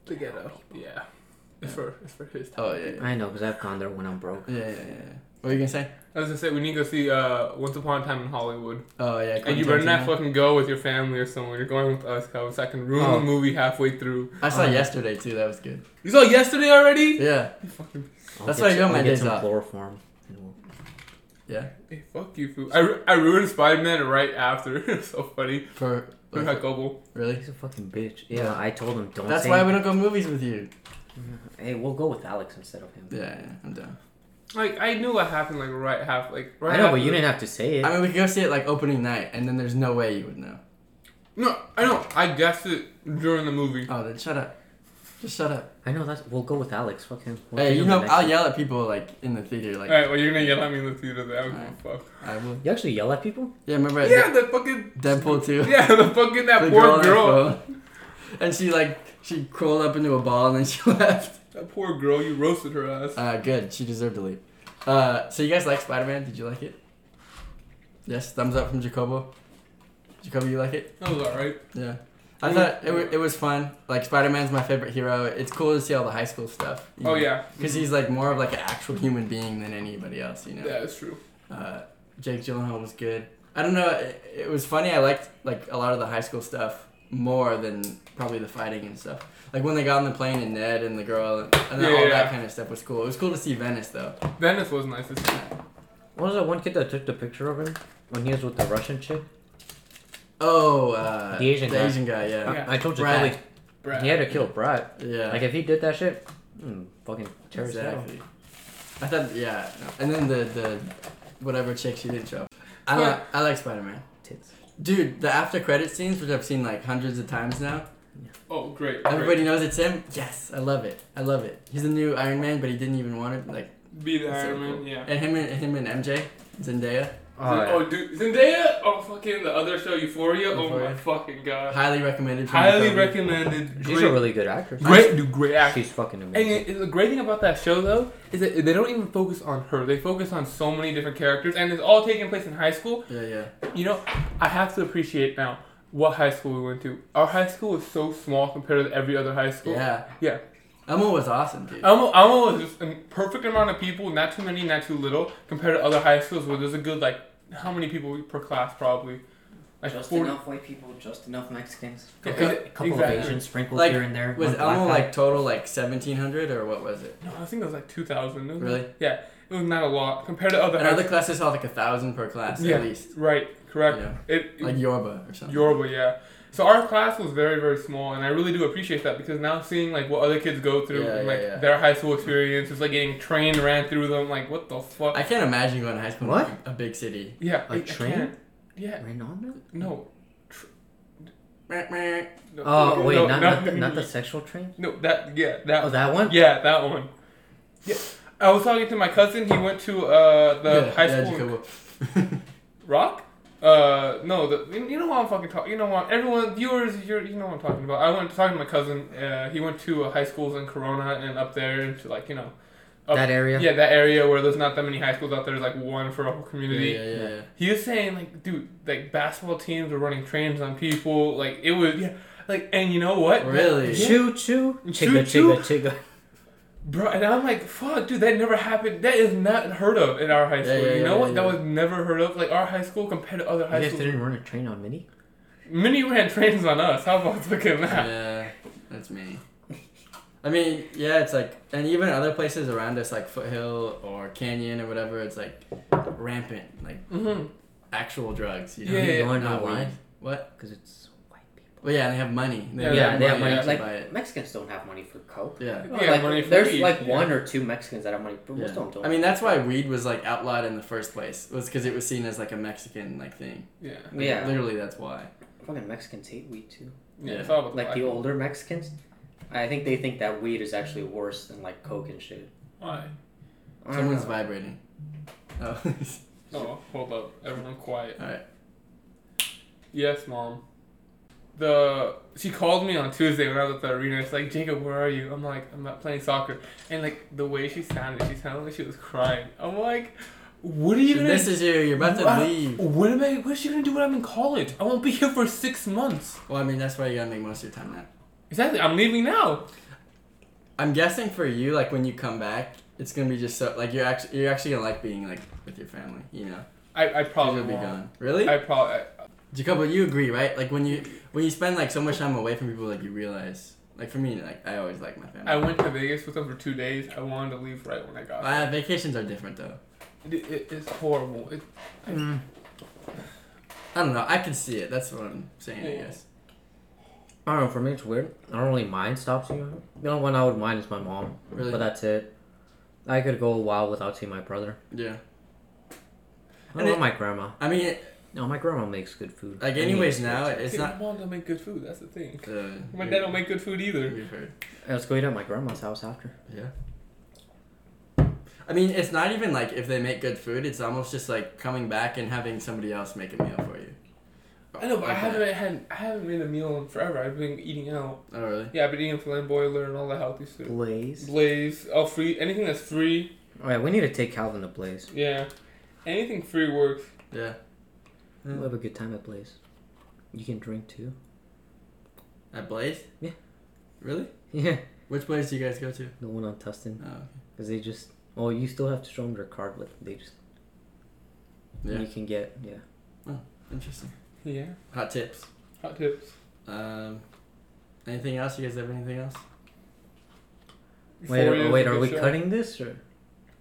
[SPEAKER 1] The ghetto. Yeah. It's for it's for his time.
[SPEAKER 2] Oh yeah, yeah,
[SPEAKER 5] I know because I've gone there when I'm broke.
[SPEAKER 2] yeah, yeah. yeah, yeah. What were you gonna say?
[SPEAKER 1] I was gonna say we need to go see uh, Once Upon a Time in Hollywood.
[SPEAKER 2] Oh yeah,
[SPEAKER 1] And
[SPEAKER 2] Quentin
[SPEAKER 1] you better not
[SPEAKER 2] Tarantino.
[SPEAKER 1] fucking go with your family or someone. You're going with us, cause I can ruin
[SPEAKER 2] Oh.
[SPEAKER 1] the movie halfway through.
[SPEAKER 2] I saw
[SPEAKER 5] Um,
[SPEAKER 2] yesterday too. That was good.
[SPEAKER 1] You saw yesterday already?
[SPEAKER 2] Yeah,
[SPEAKER 1] Fucking,
[SPEAKER 5] I'll
[SPEAKER 2] That's
[SPEAKER 5] get
[SPEAKER 2] why I
[SPEAKER 5] you-
[SPEAKER 2] go on
[SPEAKER 5] I'll
[SPEAKER 2] my
[SPEAKER 5] get
[SPEAKER 2] days
[SPEAKER 5] some
[SPEAKER 2] off.
[SPEAKER 5] Chloroform. and we'll-
[SPEAKER 2] yeah.
[SPEAKER 1] hey, fuck you, fool. I, ru- I ruined Spider Man right after. it's so funny.
[SPEAKER 2] For
[SPEAKER 1] We're not gullible.
[SPEAKER 2] really.
[SPEAKER 5] He's a fucking bitch. Yeah, I told him don't.
[SPEAKER 2] That's
[SPEAKER 5] say
[SPEAKER 2] why we don't go movies with you.
[SPEAKER 5] Hey, we'll go with Alex instead of him.
[SPEAKER 2] Yeah, yeah I'm down.
[SPEAKER 1] Like I knew what happened. Like right half. Like right.
[SPEAKER 5] I know, but
[SPEAKER 1] after-
[SPEAKER 5] you didn't have to say it.
[SPEAKER 2] I mean, we could go see it like opening night, and then there's no way you would know.
[SPEAKER 1] No, I know. I guessed it during the movie.
[SPEAKER 2] Oh, then shut up. Just shut up.
[SPEAKER 5] I know that's. We'll go with Alex. Fuck him. We'll
[SPEAKER 2] hey,
[SPEAKER 5] give
[SPEAKER 2] you
[SPEAKER 5] him the
[SPEAKER 2] know, uh,
[SPEAKER 5] next
[SPEAKER 2] I'll
[SPEAKER 5] one.
[SPEAKER 2] yell at people like in the theater. Like
[SPEAKER 1] Alright, well you're gonna yell at me in the theater. Then I don't
[SPEAKER 2] Alright.
[SPEAKER 1] give a fuck.
[SPEAKER 2] I will.
[SPEAKER 5] You actually yell at people?
[SPEAKER 2] Yeah, remember at
[SPEAKER 1] Yeah, the fucking.
[SPEAKER 2] Deadpool too.
[SPEAKER 1] Yeah, the fucking that
[SPEAKER 2] The
[SPEAKER 1] poor
[SPEAKER 2] on
[SPEAKER 1] girl.
[SPEAKER 2] her phone. And she like she crawled up into a ball and then she left.
[SPEAKER 1] That poor girl. You roasted her ass.
[SPEAKER 2] Uh, good. She deserved to leave. Uh, so you guys like Spider Man? Did you like it? Yes. Thumbs up from Jacobo. Jacobo, you like it?
[SPEAKER 1] That was alright.
[SPEAKER 2] Yeah. I thought it, wa- it was fun. Like Spider Man's my favorite hero. It's cool to see all the high school stuff.
[SPEAKER 1] Oh yeah.
[SPEAKER 2] Because he's like more of like an actual human being than anybody else, you know.
[SPEAKER 1] Yeah, it's true.
[SPEAKER 2] Uh, Jake Gyllenhaal was good. I don't know. It, it was funny. I liked like a lot of the high school stuff more than probably the fighting and stuff. Like when they got on the plane and Ned and the girl and, and
[SPEAKER 1] Yeah,
[SPEAKER 2] all
[SPEAKER 1] yeah, yeah.
[SPEAKER 2] that kind of stuff was cool. It was cool to see Venice though.
[SPEAKER 1] Venice was nice. to see.
[SPEAKER 5] What was that one kid that took the picture of him when he was with the Russian chick?
[SPEAKER 2] Oh, uh,
[SPEAKER 5] The Asian guy.
[SPEAKER 2] Asian guy, yeah.
[SPEAKER 1] Yeah.
[SPEAKER 5] I told
[SPEAKER 2] Brad.
[SPEAKER 5] Jacoby.
[SPEAKER 1] Brad.
[SPEAKER 5] He had to kill Brad.
[SPEAKER 2] Yeah.
[SPEAKER 5] Like if he did that shit, mm, fucking tear his head off.
[SPEAKER 2] Exactly. I thought, yeah, no. and then the the whatever chick she didn't show. up. I like I like Spider Man,
[SPEAKER 5] Tits.
[SPEAKER 2] dude. The after credit scenes, which I've seen like hundreds of times now.
[SPEAKER 1] Oh, great.
[SPEAKER 2] Everybody knows it's him. Yes, I love it. I love it. He's the new Iron Man, but he didn't even want it. Like
[SPEAKER 1] great. Be the
[SPEAKER 2] That's so
[SPEAKER 1] Iron Man,
[SPEAKER 2] cool.
[SPEAKER 1] yeah.
[SPEAKER 2] and him and him and MJ Zendaya.
[SPEAKER 5] Oh, yeah.
[SPEAKER 1] oh, dude. Zendaya on fucking the other show, Euphoria. Oh,
[SPEAKER 2] Euphoria.
[SPEAKER 1] my fucking god.
[SPEAKER 2] Highly recommended. from the
[SPEAKER 1] Highly
[SPEAKER 2] film.
[SPEAKER 1] recommended.
[SPEAKER 5] She's
[SPEAKER 1] Great,
[SPEAKER 5] a really good actress.
[SPEAKER 1] great, dude, great actor.
[SPEAKER 5] She's fucking
[SPEAKER 1] And
[SPEAKER 5] amazing.
[SPEAKER 1] it, it- the great thing about that show, though, is that they don't even focus on her. They focus on so many different characters, and it's all taking place in high school.
[SPEAKER 2] Yeah, yeah.
[SPEAKER 1] You know, I have to appreciate now what high school we went to. Our high school was so small compared to every other high school.
[SPEAKER 2] Yeah.
[SPEAKER 1] Yeah. Oh,
[SPEAKER 2] Elmo was awesome, dude.
[SPEAKER 1] Almo, Almo was just a perfect amount of people, not too many, not too little, compared to other high schools where there's a good, like, how many people per class, probably? Like
[SPEAKER 4] Just enough white people, just enough Mexicans.
[SPEAKER 5] A
[SPEAKER 1] Okay.
[SPEAKER 5] cou- couple
[SPEAKER 1] Exactly.
[SPEAKER 5] of Asians sprinkled
[SPEAKER 2] Like,
[SPEAKER 5] here and there.
[SPEAKER 2] Was
[SPEAKER 5] one black
[SPEAKER 2] Elmo
[SPEAKER 5] guy.
[SPEAKER 2] like total like seventeen hundred or what was it?
[SPEAKER 1] No, I think it was like 2,000. It was-
[SPEAKER 2] Really?
[SPEAKER 1] Yeah. It was not a lot compared to other
[SPEAKER 2] And
[SPEAKER 1] high
[SPEAKER 2] other classes saw like a thousand per class
[SPEAKER 1] Yeah.
[SPEAKER 2] at least.
[SPEAKER 1] Right, correct.
[SPEAKER 2] Yeah.
[SPEAKER 1] It, it-
[SPEAKER 2] Like Yorba or something.
[SPEAKER 1] Yoruba, yeah. So our class was very, very small, and I really do appreciate that because now seeing like what other kids go through,
[SPEAKER 2] Yeah,
[SPEAKER 1] and,
[SPEAKER 2] yeah,
[SPEAKER 1] like
[SPEAKER 2] yeah.
[SPEAKER 1] their high school experience, it's like getting trained ran through them, like what the fuck?
[SPEAKER 2] I can't imagine going to high school
[SPEAKER 5] What?
[SPEAKER 2] in a big city.
[SPEAKER 1] yeah,
[SPEAKER 5] A
[SPEAKER 1] I- I
[SPEAKER 5] train?
[SPEAKER 1] can't. yeah,
[SPEAKER 5] Ran on them?
[SPEAKER 1] no.
[SPEAKER 2] That's
[SPEAKER 1] no
[SPEAKER 5] Oh
[SPEAKER 1] no,
[SPEAKER 5] wait,
[SPEAKER 1] no,
[SPEAKER 5] not,
[SPEAKER 1] no,
[SPEAKER 5] not, the, not the sexual train.
[SPEAKER 1] no that yeah that
[SPEAKER 5] Oh, that one.
[SPEAKER 1] yeah that one. Yeah, I was talking to my cousin. He went to uh the
[SPEAKER 2] Yeah,
[SPEAKER 1] high
[SPEAKER 2] yeah,
[SPEAKER 1] school in
[SPEAKER 2] Jacobo.
[SPEAKER 1] Rock? Uh, no, the, you you know what I'm fucking talking. You know what everyone, viewers, you're, you know what I'm talking about. I went talking to my cousin. Uh, he went to uh, high schools in Corona and up there into like you know, up,
[SPEAKER 5] That area.
[SPEAKER 1] Yeah, that area where there's not that many high schools out there. There's like one for a whole
[SPEAKER 2] yeah,
[SPEAKER 1] community.
[SPEAKER 2] yeah, yeah, yeah.
[SPEAKER 1] He was saying like, dude, like basketball teams were running trains on people. Like it was, yeah, like and you know what?
[SPEAKER 2] Really?
[SPEAKER 1] Yeah.
[SPEAKER 5] Choo choo. Chigga
[SPEAKER 1] Choo-choo.
[SPEAKER 5] chigga chigga.
[SPEAKER 1] Bro, and I'm like, fuck, dude, that never happened. That is not heard of in our high
[SPEAKER 2] Yeah,
[SPEAKER 1] school.
[SPEAKER 2] yeah,
[SPEAKER 1] you know
[SPEAKER 2] yeah,
[SPEAKER 1] what?
[SPEAKER 2] yeah,
[SPEAKER 1] That
[SPEAKER 2] yeah.
[SPEAKER 1] was never heard of. Like our high school compared to other
[SPEAKER 5] You
[SPEAKER 1] high
[SPEAKER 5] guys
[SPEAKER 1] schools.
[SPEAKER 5] didn't run a train on Mini.
[SPEAKER 1] Mini ran trains on us. How about fucking that?
[SPEAKER 2] Yeah, that's me. I mean, yeah, it's like, and even other places around us, like Foothill or Canyon or whatever, it's like rampant, like
[SPEAKER 1] Mm-hmm.
[SPEAKER 2] actual drugs. You know?
[SPEAKER 1] Yeah, yeah, yeah.
[SPEAKER 5] You wanna know
[SPEAKER 2] Not
[SPEAKER 5] why?
[SPEAKER 2] weed. What?
[SPEAKER 5] Because it's white people.
[SPEAKER 2] Well, yeah, and they have money. They
[SPEAKER 1] Yeah,
[SPEAKER 2] have
[SPEAKER 1] yeah,
[SPEAKER 5] they have money,
[SPEAKER 2] to
[SPEAKER 3] like-
[SPEAKER 2] buy it.
[SPEAKER 4] Mexicans don't have money for coke.
[SPEAKER 2] Yeah.
[SPEAKER 1] Yeah,
[SPEAKER 4] like,
[SPEAKER 1] money for
[SPEAKER 4] there's
[SPEAKER 1] weed,
[SPEAKER 4] like
[SPEAKER 1] yeah.
[SPEAKER 4] one or two Mexicans that have money, but most
[SPEAKER 2] Yeah.
[SPEAKER 4] of them don't.
[SPEAKER 2] I mean, that's why weed was like outlawed in the first place was because it was seen as like a Mexican like thing.
[SPEAKER 1] Yeah.
[SPEAKER 2] Like,
[SPEAKER 4] Yeah.
[SPEAKER 2] literally, that's why.
[SPEAKER 4] Fucking Mexicans hate weed too.
[SPEAKER 1] Yeah.
[SPEAKER 2] Yeah.
[SPEAKER 1] It's
[SPEAKER 5] Oh,
[SPEAKER 1] all about
[SPEAKER 4] Like the
[SPEAKER 1] black.
[SPEAKER 4] older Mexicans, I think they think that weed is actually worse than like coke and shit.
[SPEAKER 1] Why?
[SPEAKER 4] I don't
[SPEAKER 2] Someone's
[SPEAKER 4] know.
[SPEAKER 2] vibrating. Oh,
[SPEAKER 1] Oh, hold up. Everyone quiet.
[SPEAKER 2] all right.
[SPEAKER 1] Yes, mom. The she called me on Tuesday when I was at the arena. It's like Jacob, where are you? I'm like I'm not playing soccer. And like the way she sounded, she sounded like she was crying. I'm like, what are you
[SPEAKER 2] So
[SPEAKER 1] gonna?
[SPEAKER 2] this is you. You're about to
[SPEAKER 1] Wow.
[SPEAKER 2] leave.
[SPEAKER 1] what am I? What is she gonna do when I'm in college? I won't be here for six months.
[SPEAKER 2] Well, I mean, that's why you gotta make most of your time now.
[SPEAKER 1] Exactly. I'm leaving now.
[SPEAKER 2] I'm guessing for you, like when you come back, it's gonna be just so like you're actually you're actually gonna like being like with your family, you know? 'Cause
[SPEAKER 1] I I probably
[SPEAKER 2] you'll be
[SPEAKER 1] won't.
[SPEAKER 2] gone. Really,
[SPEAKER 1] I probably.
[SPEAKER 2] Jacobo, you agree, right? Like when you when you spend like so much time away from people, like you realize, like for me, like I always like my family.
[SPEAKER 1] I went to Vegas with them for two days. I wanted to leave right when I got.
[SPEAKER 2] uh, vacations are different though.
[SPEAKER 1] It, it, it's horrible. It,
[SPEAKER 2] I don't know. I can see it. That's what I'm saying. I
[SPEAKER 1] Yeah.
[SPEAKER 2] guess.
[SPEAKER 5] I don't know. "Oh, For me, it's weird. I don't really mind stops you. The only one I would mind is my mom.
[SPEAKER 2] Really?
[SPEAKER 5] But that's it. I could go a while without seeing my brother.
[SPEAKER 2] Yeah.
[SPEAKER 5] I
[SPEAKER 2] And
[SPEAKER 5] love
[SPEAKER 2] it-
[SPEAKER 5] my grandma.
[SPEAKER 2] I mean, it,
[SPEAKER 5] No, my grandma makes good food.
[SPEAKER 2] like
[SPEAKER 5] I mean,
[SPEAKER 2] anyways
[SPEAKER 5] it's
[SPEAKER 2] now
[SPEAKER 5] good.
[SPEAKER 2] it's
[SPEAKER 1] See,
[SPEAKER 2] not.
[SPEAKER 1] My mom don't make good food. That's the thing.
[SPEAKER 2] Uh,
[SPEAKER 1] My dad don't make good food either.
[SPEAKER 2] we've heard.
[SPEAKER 5] Hey, Let's go eat at my grandma's house after.
[SPEAKER 2] Yeah. I mean, it's not even like if they make good food, it's almost just like coming back and having somebody else make a meal for you.
[SPEAKER 1] I know, but I
[SPEAKER 2] Like that.
[SPEAKER 1] haven't had I haven't made a meal in forever. I've been eating out.
[SPEAKER 2] Oh, really?
[SPEAKER 1] Yeah, I've been eating flamboiler boiler and all the healthy stuff.
[SPEAKER 5] Blaze.
[SPEAKER 1] Blaze, all free. Anything that's free.
[SPEAKER 5] Oh yeah, we need to take Calvin to Blaze.
[SPEAKER 1] Yeah, anything free works.
[SPEAKER 2] Yeah.
[SPEAKER 4] Hmm.
[SPEAKER 5] We'll have a good time at Blaze. You can drink too.
[SPEAKER 2] At Blaze?
[SPEAKER 5] Yeah.
[SPEAKER 2] Really?
[SPEAKER 5] Yeah.
[SPEAKER 2] Which Blaze do you guys go to?
[SPEAKER 5] The one on Tustin.
[SPEAKER 2] Oh,
[SPEAKER 5] Because they just. Well, you still have to show them your card, but they just.
[SPEAKER 2] yeah.
[SPEAKER 5] You can get. Yeah.
[SPEAKER 2] Interesting.
[SPEAKER 1] Yeah.
[SPEAKER 2] Hot tips.
[SPEAKER 1] Hot tips.
[SPEAKER 2] Um, anything else? You guys have anything else?
[SPEAKER 5] Wait,
[SPEAKER 1] Euphoria's
[SPEAKER 5] oh,
[SPEAKER 1] a
[SPEAKER 5] wait,
[SPEAKER 1] good
[SPEAKER 5] are we
[SPEAKER 1] show.
[SPEAKER 5] cutting this? or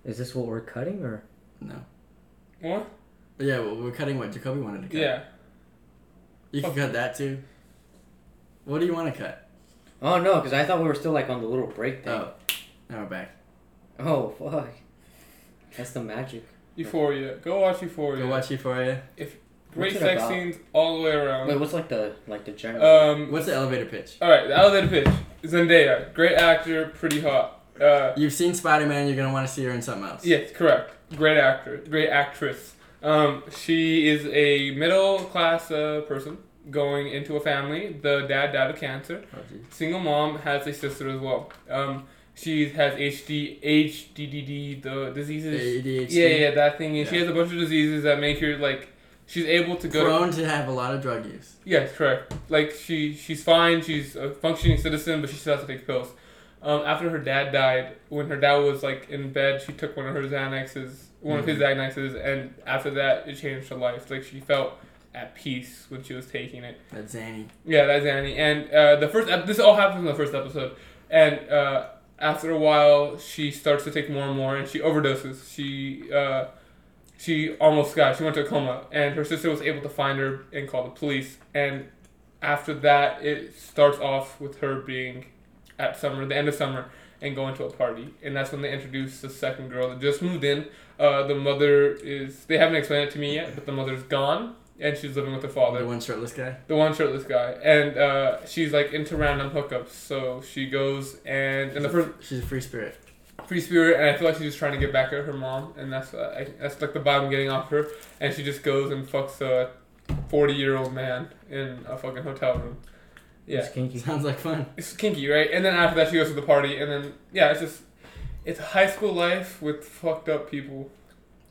[SPEAKER 5] Is this what we're cutting or.
[SPEAKER 2] No.
[SPEAKER 1] What?
[SPEAKER 2] But yeah, well, we're cutting what Jacoby wanted to cut.
[SPEAKER 1] Yeah.
[SPEAKER 2] You can cut that too. What do you want to cut?
[SPEAKER 4] Oh no, because I thought we were still like on the little break thing.
[SPEAKER 2] Oh, now we're back.
[SPEAKER 4] Oh, fuck. That's the magic.
[SPEAKER 1] Euphoria. Go watch Euphoria.
[SPEAKER 2] Go watch Euphoria.
[SPEAKER 1] Great
[SPEAKER 4] What's it
[SPEAKER 1] sex
[SPEAKER 4] about?
[SPEAKER 1] scenes all the way
[SPEAKER 2] Um,
[SPEAKER 1] around.
[SPEAKER 4] Wait, what's like the like the general?
[SPEAKER 1] um,
[SPEAKER 2] What's the elevator pitch?
[SPEAKER 1] all right, the elevator pitch. Zendaya, great actor, pretty hot. Uh,
[SPEAKER 2] You've seen Spider Man. You're gonna want to see her in something else.
[SPEAKER 1] Yes, correct. Great actor, great actress. Um, she is a middle class uh, person going into a family. The dad died of cancer.
[SPEAKER 2] Oh, geez.
[SPEAKER 1] Single mom has a sister as well. Um, she has HD, HDDD, the diseases.
[SPEAKER 2] ADHD.
[SPEAKER 1] Yeah, yeah, that thing. And she
[SPEAKER 2] Yeah.
[SPEAKER 1] has a bunch of diseases that make her like. She's able to go. to-
[SPEAKER 2] Prone to have a lot of drug use.
[SPEAKER 1] Yes, correct. Like she, she's fine. She's a functioning citizen, but she still has to take pills. Um, after her dad died, when her dad was like in bed, she took one of her Xanaxes, one of his Xanaxes, and after that, it changed her life. Like she felt at peace when she was taking it.
[SPEAKER 2] That's Zanny.
[SPEAKER 1] Yeah, that's Annie. And uh, the first ep- this all happens in the first episode, and uh, after a while, she starts to take more and more, and she overdoses. She uh, she almost got. She went to a coma, and her sister was able to find her and call the police. And after that, it starts off with her being at summer, the end of summer, and going to a party, and that's when they introduce the second girl that just moved in. Uh, the mother is. They haven't explained it to me yet, but the mother's gone, and she's living with her father
[SPEAKER 2] The one shirtless guy.
[SPEAKER 1] the one shirtless guy, and uh, she's like into random hookups. So she goes and and the first
[SPEAKER 2] She's a free spirit.
[SPEAKER 1] free spirit, and I feel like she's just trying to get back at her mom, and that's uh, I, that's like the vibe I'm getting off her. And she just goes and fucks a forty year old man in a fucking hotel room. Yeah,
[SPEAKER 5] It's kinky.
[SPEAKER 2] Sounds like fun.
[SPEAKER 1] it's kinky, right? And then after that, she goes to the party, and then yeah, it's just it's high school life with fucked up people.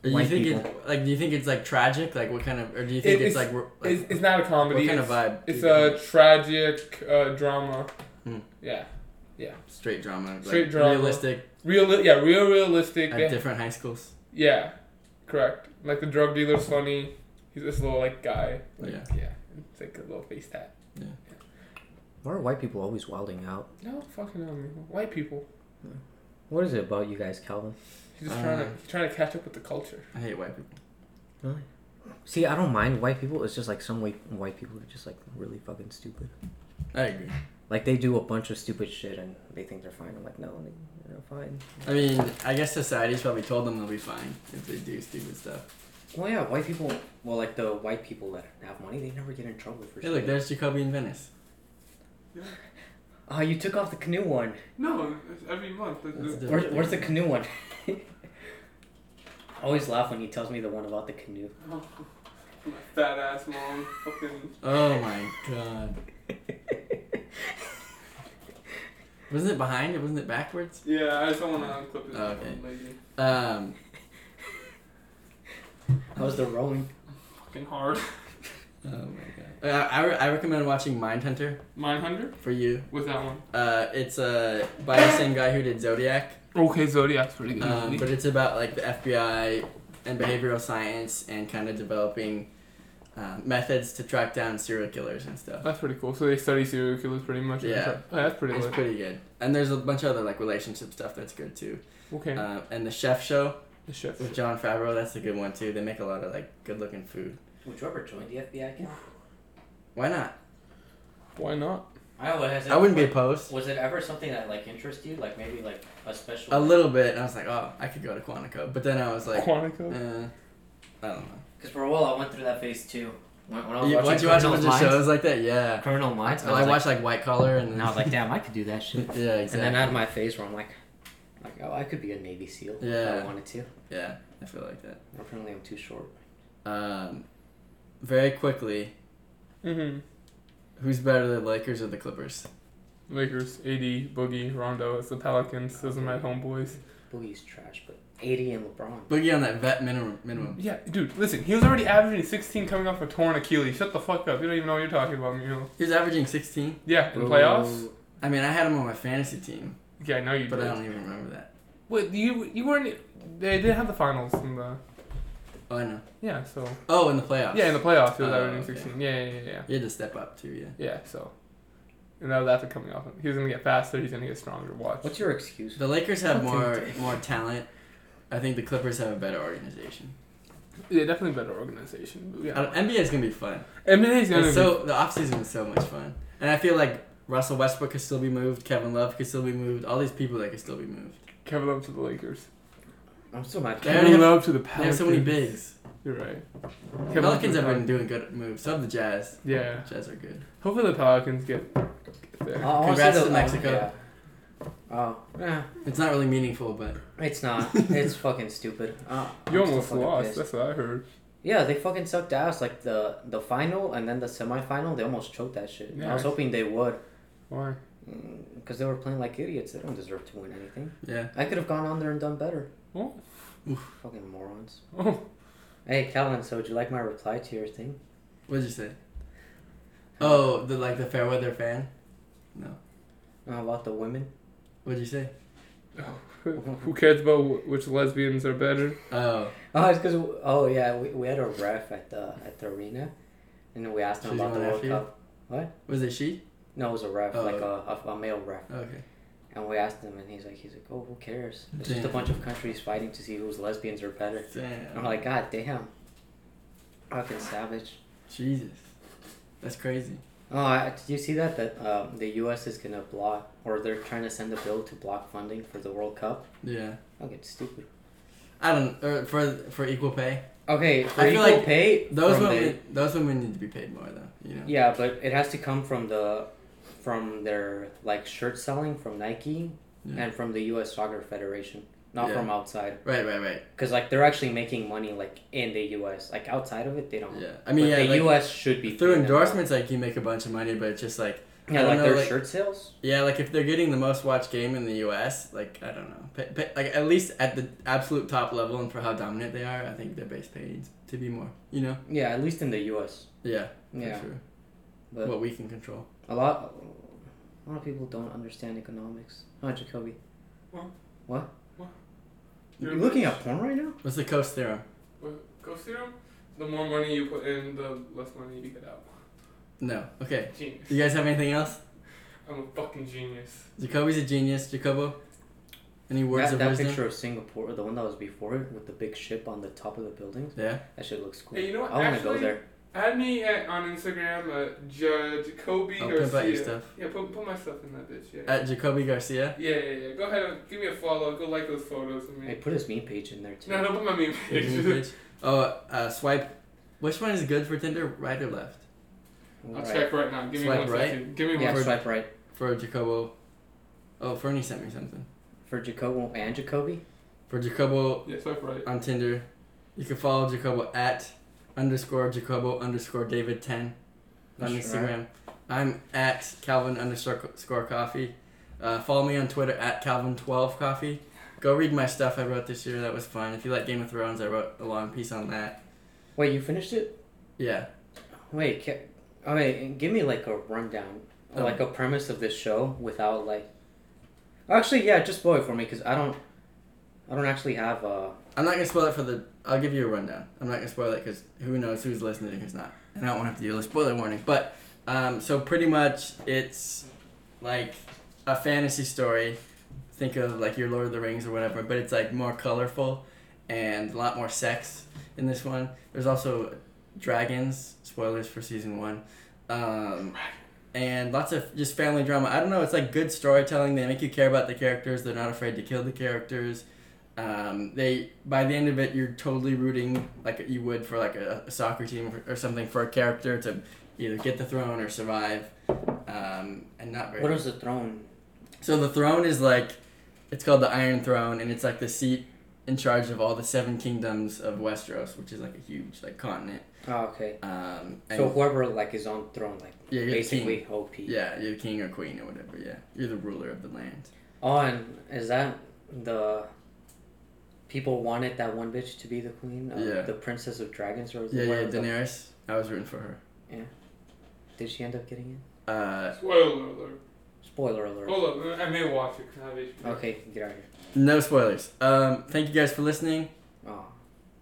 [SPEAKER 2] Do you
[SPEAKER 5] White
[SPEAKER 2] think it, like? Do you think it's like tragic? Like what kind of? Or do you think
[SPEAKER 1] It- it's-
[SPEAKER 2] it's, like? we're- like
[SPEAKER 1] It's, it's not a comedy.
[SPEAKER 2] what kind of
[SPEAKER 1] it's,
[SPEAKER 2] vibe? do
[SPEAKER 1] It's uh,
[SPEAKER 2] you think?
[SPEAKER 1] a tragic uh, drama.
[SPEAKER 2] Hmm.
[SPEAKER 1] Yeah,
[SPEAKER 2] straight drama. Like
[SPEAKER 1] Straight drama.
[SPEAKER 2] Realistic
[SPEAKER 1] real. Yeah, real realistic. They
[SPEAKER 2] at different high schools.
[SPEAKER 1] Yeah, correct. Like the drug dealer's funny. He's this little like guy. Like,
[SPEAKER 2] Yeah.
[SPEAKER 1] Yeah. It's like a little face tat.
[SPEAKER 5] Why are white people always wilding out?
[SPEAKER 1] No fucking know me. White people.
[SPEAKER 5] What is it about you guys, Calvin?
[SPEAKER 1] He's just trying to
[SPEAKER 2] Uh.
[SPEAKER 1] he's trying to catch up with the culture.
[SPEAKER 2] I hate white people.
[SPEAKER 5] See, I don't mind white people. It's just like some white white people are just like really fucking stupid.
[SPEAKER 2] I agree.
[SPEAKER 5] Like they do a bunch of stupid shit and they think they're fine. I'm like, no, they- they're fine.
[SPEAKER 2] I mean, I guess society's probably told them they'll be fine if they do stupid stuff.
[SPEAKER 4] Well, yeah, white people. Well, like the white people that have money, they never get in trouble for
[SPEAKER 2] Hey, look,
[SPEAKER 4] shit.
[SPEAKER 2] there's Jacoby in Venice.
[SPEAKER 4] Oh, you took off the canoe one.
[SPEAKER 1] No, it's every month. It's-
[SPEAKER 2] That's
[SPEAKER 1] it's-
[SPEAKER 2] different.
[SPEAKER 4] Where, where's the canoe one? I always laugh when he tells me the one about the canoe.
[SPEAKER 1] my fat ass mom. Fucking.
[SPEAKER 2] Oh my god. Wasn't it behind? It wasn't it backwards?
[SPEAKER 1] Yeah, I just don't want to unclip
[SPEAKER 2] Oh, okay.
[SPEAKER 1] lady.
[SPEAKER 2] Um,
[SPEAKER 4] How's the rowing?
[SPEAKER 1] Fucking hard.
[SPEAKER 2] oh my god. Uh, I, re- I recommend watching Mindhunter
[SPEAKER 1] Mindhunter?
[SPEAKER 2] for you.
[SPEAKER 1] With that one.
[SPEAKER 2] Uh, it's uh, by the same guy who did Zodiac.
[SPEAKER 1] Okay, Zodiac's pretty good.
[SPEAKER 2] Um, but it's about like the FBI and behavioral science and kind of developing uh, methods to track down serial killers and stuff.
[SPEAKER 1] that's pretty cool. So they study serial killers pretty much.
[SPEAKER 2] Yeah.
[SPEAKER 1] Oh, that's pretty
[SPEAKER 2] It's
[SPEAKER 1] lit.
[SPEAKER 2] pretty good. And there's a bunch of other like relationship stuff that's good too.
[SPEAKER 1] Okay.
[SPEAKER 2] Uh, and the chef show
[SPEAKER 1] the chef.
[SPEAKER 2] with John Favreau, that's a good one too. They make a lot of like good looking food.
[SPEAKER 4] Would you ever join the FBI? Ken?
[SPEAKER 2] Why not?
[SPEAKER 1] Why not?
[SPEAKER 4] I don't know. Has it,
[SPEAKER 2] I wouldn't be opposed.
[SPEAKER 4] Was it ever something that like interests you? Like maybe like a special.
[SPEAKER 2] A little bit. And I was like, oh, I could go to Quantico. But then I was like, uh, I
[SPEAKER 1] Quantico?
[SPEAKER 2] don't know.
[SPEAKER 4] Because for a while I went through that phase too. When, when I was
[SPEAKER 2] You, once
[SPEAKER 4] watching
[SPEAKER 2] you watch a
[SPEAKER 4] Criminal
[SPEAKER 2] bunch of
[SPEAKER 4] Minds-
[SPEAKER 2] shows like that, yeah.
[SPEAKER 4] Criminal Minds,
[SPEAKER 2] I, watched like White Collar and
[SPEAKER 4] and I was like, damn, I could do that shit.
[SPEAKER 2] yeah,
[SPEAKER 4] And
[SPEAKER 2] exactly.
[SPEAKER 4] then I had my phase where I'm like, like oh, I could be a Navy SEAL if
[SPEAKER 2] Yeah.
[SPEAKER 4] I wanted to.
[SPEAKER 2] yeah, I feel like that.
[SPEAKER 4] Apparently, I'm too short.
[SPEAKER 2] Um, very quickly,
[SPEAKER 1] Mm-hmm.
[SPEAKER 2] who's better, the Lakers or the Clippers?
[SPEAKER 1] Lakers, AD, Boogie, Rondo. It's the Pelicans. Those are my homeboys.
[SPEAKER 4] Boogie's trash, but 80 and LeBron.
[SPEAKER 2] Boogie on that vet minimum. Minimum.
[SPEAKER 1] Yeah, dude, listen. He was already averaging 16 coming off a torn Achilles. Shut the fuck up. You don't even know what you're talking about, Mule.
[SPEAKER 2] He was averaging 16.
[SPEAKER 1] Yeah, in playoffs.
[SPEAKER 2] I mean, I had him on my fantasy team,
[SPEAKER 1] Yeah, I know Oh, you
[SPEAKER 2] but um, I
[SPEAKER 1] did.
[SPEAKER 2] don't even remember that.
[SPEAKER 1] Wait, you you weren't. They didn't have the finals in the.
[SPEAKER 2] Oh, I know.
[SPEAKER 1] Yeah, so.
[SPEAKER 2] Oh, in the playoffs.
[SPEAKER 1] Yeah, in the playoffs, he was
[SPEAKER 2] Oh,
[SPEAKER 1] averaging
[SPEAKER 2] okay.
[SPEAKER 1] 16. Yeah, yeah, yeah, yeah.
[SPEAKER 2] You had to step up too, yeah.
[SPEAKER 1] Yeah, so. And that was after coming off. He was gonna get faster. He's gonna get stronger. Watch.
[SPEAKER 4] What's your excuse?
[SPEAKER 2] The Lakers have
[SPEAKER 5] Fucking
[SPEAKER 2] more
[SPEAKER 5] dick.
[SPEAKER 2] more talent. I think the Clippers have a better organization.
[SPEAKER 1] yeah, definitely better organization. but
[SPEAKER 2] I don't-
[SPEAKER 1] Yeah.
[SPEAKER 2] NBA is gonna be fun.
[SPEAKER 1] NBA's gonna
[SPEAKER 2] It's
[SPEAKER 1] be
[SPEAKER 2] so the offseason is so much fun, and I feel like Russell Westbrook could still be moved. Kevin Love could still be moved. All these people that could still be moved.
[SPEAKER 1] Kevin Love to the Lakers.
[SPEAKER 3] I'm still not.
[SPEAKER 2] They already
[SPEAKER 1] Kevin
[SPEAKER 2] have-
[SPEAKER 1] Love to the
[SPEAKER 2] They have
[SPEAKER 1] Pelicans.
[SPEAKER 2] so many bigs.
[SPEAKER 1] You're right.
[SPEAKER 2] The
[SPEAKER 1] Kevin Love to
[SPEAKER 2] Pelicans
[SPEAKER 1] the
[SPEAKER 2] have been doing good moves. So have the Jazz.
[SPEAKER 1] Yeah.
[SPEAKER 2] Jazz are good.
[SPEAKER 1] Hopefully the Pelicans get, get there.
[SPEAKER 3] I'll- I'll
[SPEAKER 2] Congrats
[SPEAKER 3] say
[SPEAKER 2] to
[SPEAKER 3] the-
[SPEAKER 2] Mexico.
[SPEAKER 3] Oh, yeah.
[SPEAKER 2] It's not really meaningful, but
[SPEAKER 3] Oh, it's not. It's fucking stupid. Uh,
[SPEAKER 1] you
[SPEAKER 3] I'm still
[SPEAKER 1] almost
[SPEAKER 3] fucking
[SPEAKER 1] lost.
[SPEAKER 3] pissed.
[SPEAKER 1] That's what I heard.
[SPEAKER 3] Yeah, they fucking sucked ass. Like the the final and then the semifinal, they almost choked that shit. I
[SPEAKER 1] Nice.
[SPEAKER 3] was hoping they would,
[SPEAKER 1] Why?
[SPEAKER 3] because they were playing like idiots. They don't deserve to win anything.
[SPEAKER 2] yeah.
[SPEAKER 3] I could have gone on there and done better.
[SPEAKER 1] Oh.
[SPEAKER 3] Fucking morons.
[SPEAKER 1] Oh.
[SPEAKER 3] Hey, Calvin. So, would you like my reply to your thing?
[SPEAKER 2] What'd you say? Oh, the like the Fairweather fan.
[SPEAKER 3] Uh, about the women.
[SPEAKER 2] What'd you say?
[SPEAKER 1] Who cares about wh- which lesbians are better?
[SPEAKER 2] Oh,
[SPEAKER 3] Oh, it's because oh yeah, we, we had a ref at the at the arena, and we asked him
[SPEAKER 2] She's
[SPEAKER 3] about the
[SPEAKER 2] going
[SPEAKER 3] World
[SPEAKER 2] after you?
[SPEAKER 3] Cup.
[SPEAKER 2] was it she?
[SPEAKER 3] No, it was a ref,
[SPEAKER 2] Oh.
[SPEAKER 3] like a, a, a male ref.
[SPEAKER 2] Okay.
[SPEAKER 3] And we asked him, and he's like, he's like, oh, who cares? It's just a
[SPEAKER 2] Damn.
[SPEAKER 3] bunch of countries fighting to see whose lesbians are better.
[SPEAKER 2] Damn.
[SPEAKER 3] And I'm like, god damn, fucking savage.
[SPEAKER 2] Jesus, that's crazy.
[SPEAKER 3] Oh, I, did you see that? That um, the U.S. is gonna block, or they're trying to send a bill to block funding for the World Cup.
[SPEAKER 2] Yeah.
[SPEAKER 3] Fucking stupid.
[SPEAKER 2] I don't or for for equal pay.
[SPEAKER 3] Okay, for
[SPEAKER 2] I feel
[SPEAKER 3] equal
[SPEAKER 2] like
[SPEAKER 3] pay,
[SPEAKER 2] Those
[SPEAKER 3] from the-
[SPEAKER 2] women, those women need to be paid more though. You know.
[SPEAKER 3] Yeah, but it has to come from the from their like shirt selling from Nike
[SPEAKER 2] Yeah.
[SPEAKER 3] and from the U.S. Soccer Federation, not
[SPEAKER 2] Yeah.
[SPEAKER 3] from outside.
[SPEAKER 2] Right, right, right.
[SPEAKER 3] Because like they're actually making money like in the U.S. Like outside of it, they don't.
[SPEAKER 2] Yeah. I mean,
[SPEAKER 3] But
[SPEAKER 2] yeah.
[SPEAKER 3] the
[SPEAKER 2] like,
[SPEAKER 3] U.S. should be
[SPEAKER 2] through
[SPEAKER 3] paying them.
[SPEAKER 2] endorsements, like you make a bunch of money, but it's just like I
[SPEAKER 3] Yeah,
[SPEAKER 2] don't
[SPEAKER 3] like
[SPEAKER 2] know,
[SPEAKER 3] their
[SPEAKER 2] like-
[SPEAKER 3] shirt sales.
[SPEAKER 2] yeah, like if they're getting the most watched game in the U.S., like I don't know, pay, pay, like at least at the absolute top level and for how dominant they are, I think their base pay needs to be more. You know.
[SPEAKER 3] Yeah, at least in the U.S.
[SPEAKER 2] Yeah. For
[SPEAKER 3] Yeah,
[SPEAKER 2] Sure.
[SPEAKER 3] but
[SPEAKER 2] what we can control.
[SPEAKER 3] a lot a lot of people don't understand economics. Huh, Jacoby?
[SPEAKER 1] What?
[SPEAKER 3] What?
[SPEAKER 1] What?
[SPEAKER 3] You looking at porn right now?
[SPEAKER 2] What's the Coase theorem?
[SPEAKER 1] Go serum. The more money you put in, the less money you get out.
[SPEAKER 2] No. Okay.
[SPEAKER 1] Genius.
[SPEAKER 2] You guys have anything else?
[SPEAKER 1] I'm a fucking genius.
[SPEAKER 2] Jacoby's a genius. Jacobo, any words
[SPEAKER 3] that
[SPEAKER 2] of
[SPEAKER 3] that
[SPEAKER 2] wisdom?
[SPEAKER 3] picture of Singapore, the one that was before it, with the big ship on the top of the buildings.
[SPEAKER 2] Yeah.
[SPEAKER 3] That shit looks cool.
[SPEAKER 1] Hey, you know what?
[SPEAKER 3] I want to go
[SPEAKER 1] Actually-
[SPEAKER 3] there.
[SPEAKER 1] Add me at, on Instagram at Judge Kobe
[SPEAKER 2] I'll pimp out your
[SPEAKER 1] Garcia.
[SPEAKER 2] stuff.
[SPEAKER 1] Yeah, put, put my stuff in that bitch. Yeah.
[SPEAKER 2] At Jacoby Garcia.
[SPEAKER 1] yeah, yeah, yeah. Go ahead and give me a follow. Go like those photos of
[SPEAKER 3] Hey,
[SPEAKER 1] me.
[SPEAKER 3] put his meme page in there too.
[SPEAKER 1] No, don't put my meme
[SPEAKER 2] Your new
[SPEAKER 1] page.
[SPEAKER 2] page. Oh, uh, swipe. Which one is good for Tinder? Right or left?
[SPEAKER 1] I'll
[SPEAKER 3] Right.
[SPEAKER 1] check right now. Give me
[SPEAKER 2] Swipe
[SPEAKER 1] one second.
[SPEAKER 2] right?
[SPEAKER 1] Give me
[SPEAKER 3] Yeah,
[SPEAKER 1] one
[SPEAKER 2] For-
[SPEAKER 3] swipe right
[SPEAKER 2] For Jacobo. Oh, Fernie sent me something.
[SPEAKER 3] for Jacobo and Jacoby.
[SPEAKER 2] For Jacobo
[SPEAKER 1] Yeah, swipe right.
[SPEAKER 2] on Tinder, you can follow Jacobo at underscore Jacobo underscore David ten on
[SPEAKER 3] That's
[SPEAKER 2] Instagram. I'm at Calvin underscore score coffee. Uh, follow me on Twitter at Calvin twelve coffee. Go read my stuff I wrote this year. That was fun. If you like Game of Thrones, I wrote a long piece on that.
[SPEAKER 3] Wait, you finished it?
[SPEAKER 2] Yeah.
[SPEAKER 3] Wait, ca okay, give me like a rundown,
[SPEAKER 2] Oh.
[SPEAKER 3] like a premise of this show without like. Actually, yeah, just spoil it for me because I don't, I don't actually have uh
[SPEAKER 2] I'm not gonna spoil it for the. I'll give you a rundown. I'm not gonna spoil it because who knows who's listening and who's not, and I don't want to have to deal with spoiler warning. But um, so pretty much it's like a fantasy story. Think of like your Lord of the Rings or whatever, but it's like more colorful and a lot more sex in this one. There's also dragons. Spoilers for season one. Um, and lots of just family drama. I don't know. It's like good storytelling. They make you care about the characters. They're not afraid to kill the characters. Um, they by the end of it, you're totally rooting like you would for like a, a soccer team or, or something for a character to either get the throne or survive, um, and not very.
[SPEAKER 3] what is the throne?
[SPEAKER 2] So the throne is like, it's called the Iron Throne, and it's like the seat in charge of all the seven kingdoms of Westeros, which is like a huge like continent.
[SPEAKER 3] Oh, okay.
[SPEAKER 2] Um, and
[SPEAKER 3] So whoever like is on throne, like
[SPEAKER 2] yeah, you're the king.
[SPEAKER 3] basically OP.
[SPEAKER 2] Yeah, you're the king or queen or whatever. Yeah, you're the ruler of the land.
[SPEAKER 3] Oh, and is that the people wanted that one bitch to be the queen? Uh,
[SPEAKER 2] Yeah.
[SPEAKER 3] The princess of dragons, or was it
[SPEAKER 2] Yeah, yeah,
[SPEAKER 3] one of the-
[SPEAKER 2] Daenerys. I was rooting for her.
[SPEAKER 3] Did she end up getting
[SPEAKER 2] Uh,
[SPEAKER 1] Spoiler alert.
[SPEAKER 3] it? Spoiler alert.
[SPEAKER 1] Hold up. I may watch it 'cause I have
[SPEAKER 2] Oh.
[SPEAKER 1] HBO.
[SPEAKER 3] Okay, get out of here.
[SPEAKER 2] no spoilers. Um, thank you guys for listening.
[SPEAKER 3] Oh.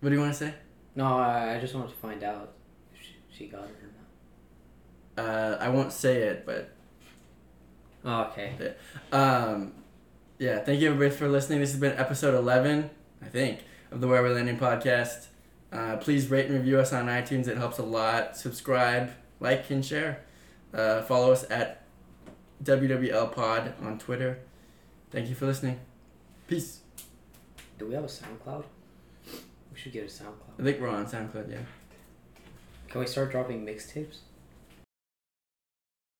[SPEAKER 2] What do you want to say?
[SPEAKER 3] No, I, I just wanted to find out if she, she got it or
[SPEAKER 2] uh, I won't say it, but
[SPEAKER 3] not. Oh, okay.
[SPEAKER 2] um, yeah. Thank you everybody for listening. This has been episode eleven, I think, of the Where We're Landing podcast. Uh, please rate and review us on iTunes. It helps a lot. Subscribe, like, and share. Uh, follow us at WWL Pod on Twitter. Thank you for listening. Peace.
[SPEAKER 3] Do we have a SoundCloud? We should get a SoundCloud.
[SPEAKER 2] I think we're on SoundCloud, yeah.
[SPEAKER 3] Can we start dropping mixtapes?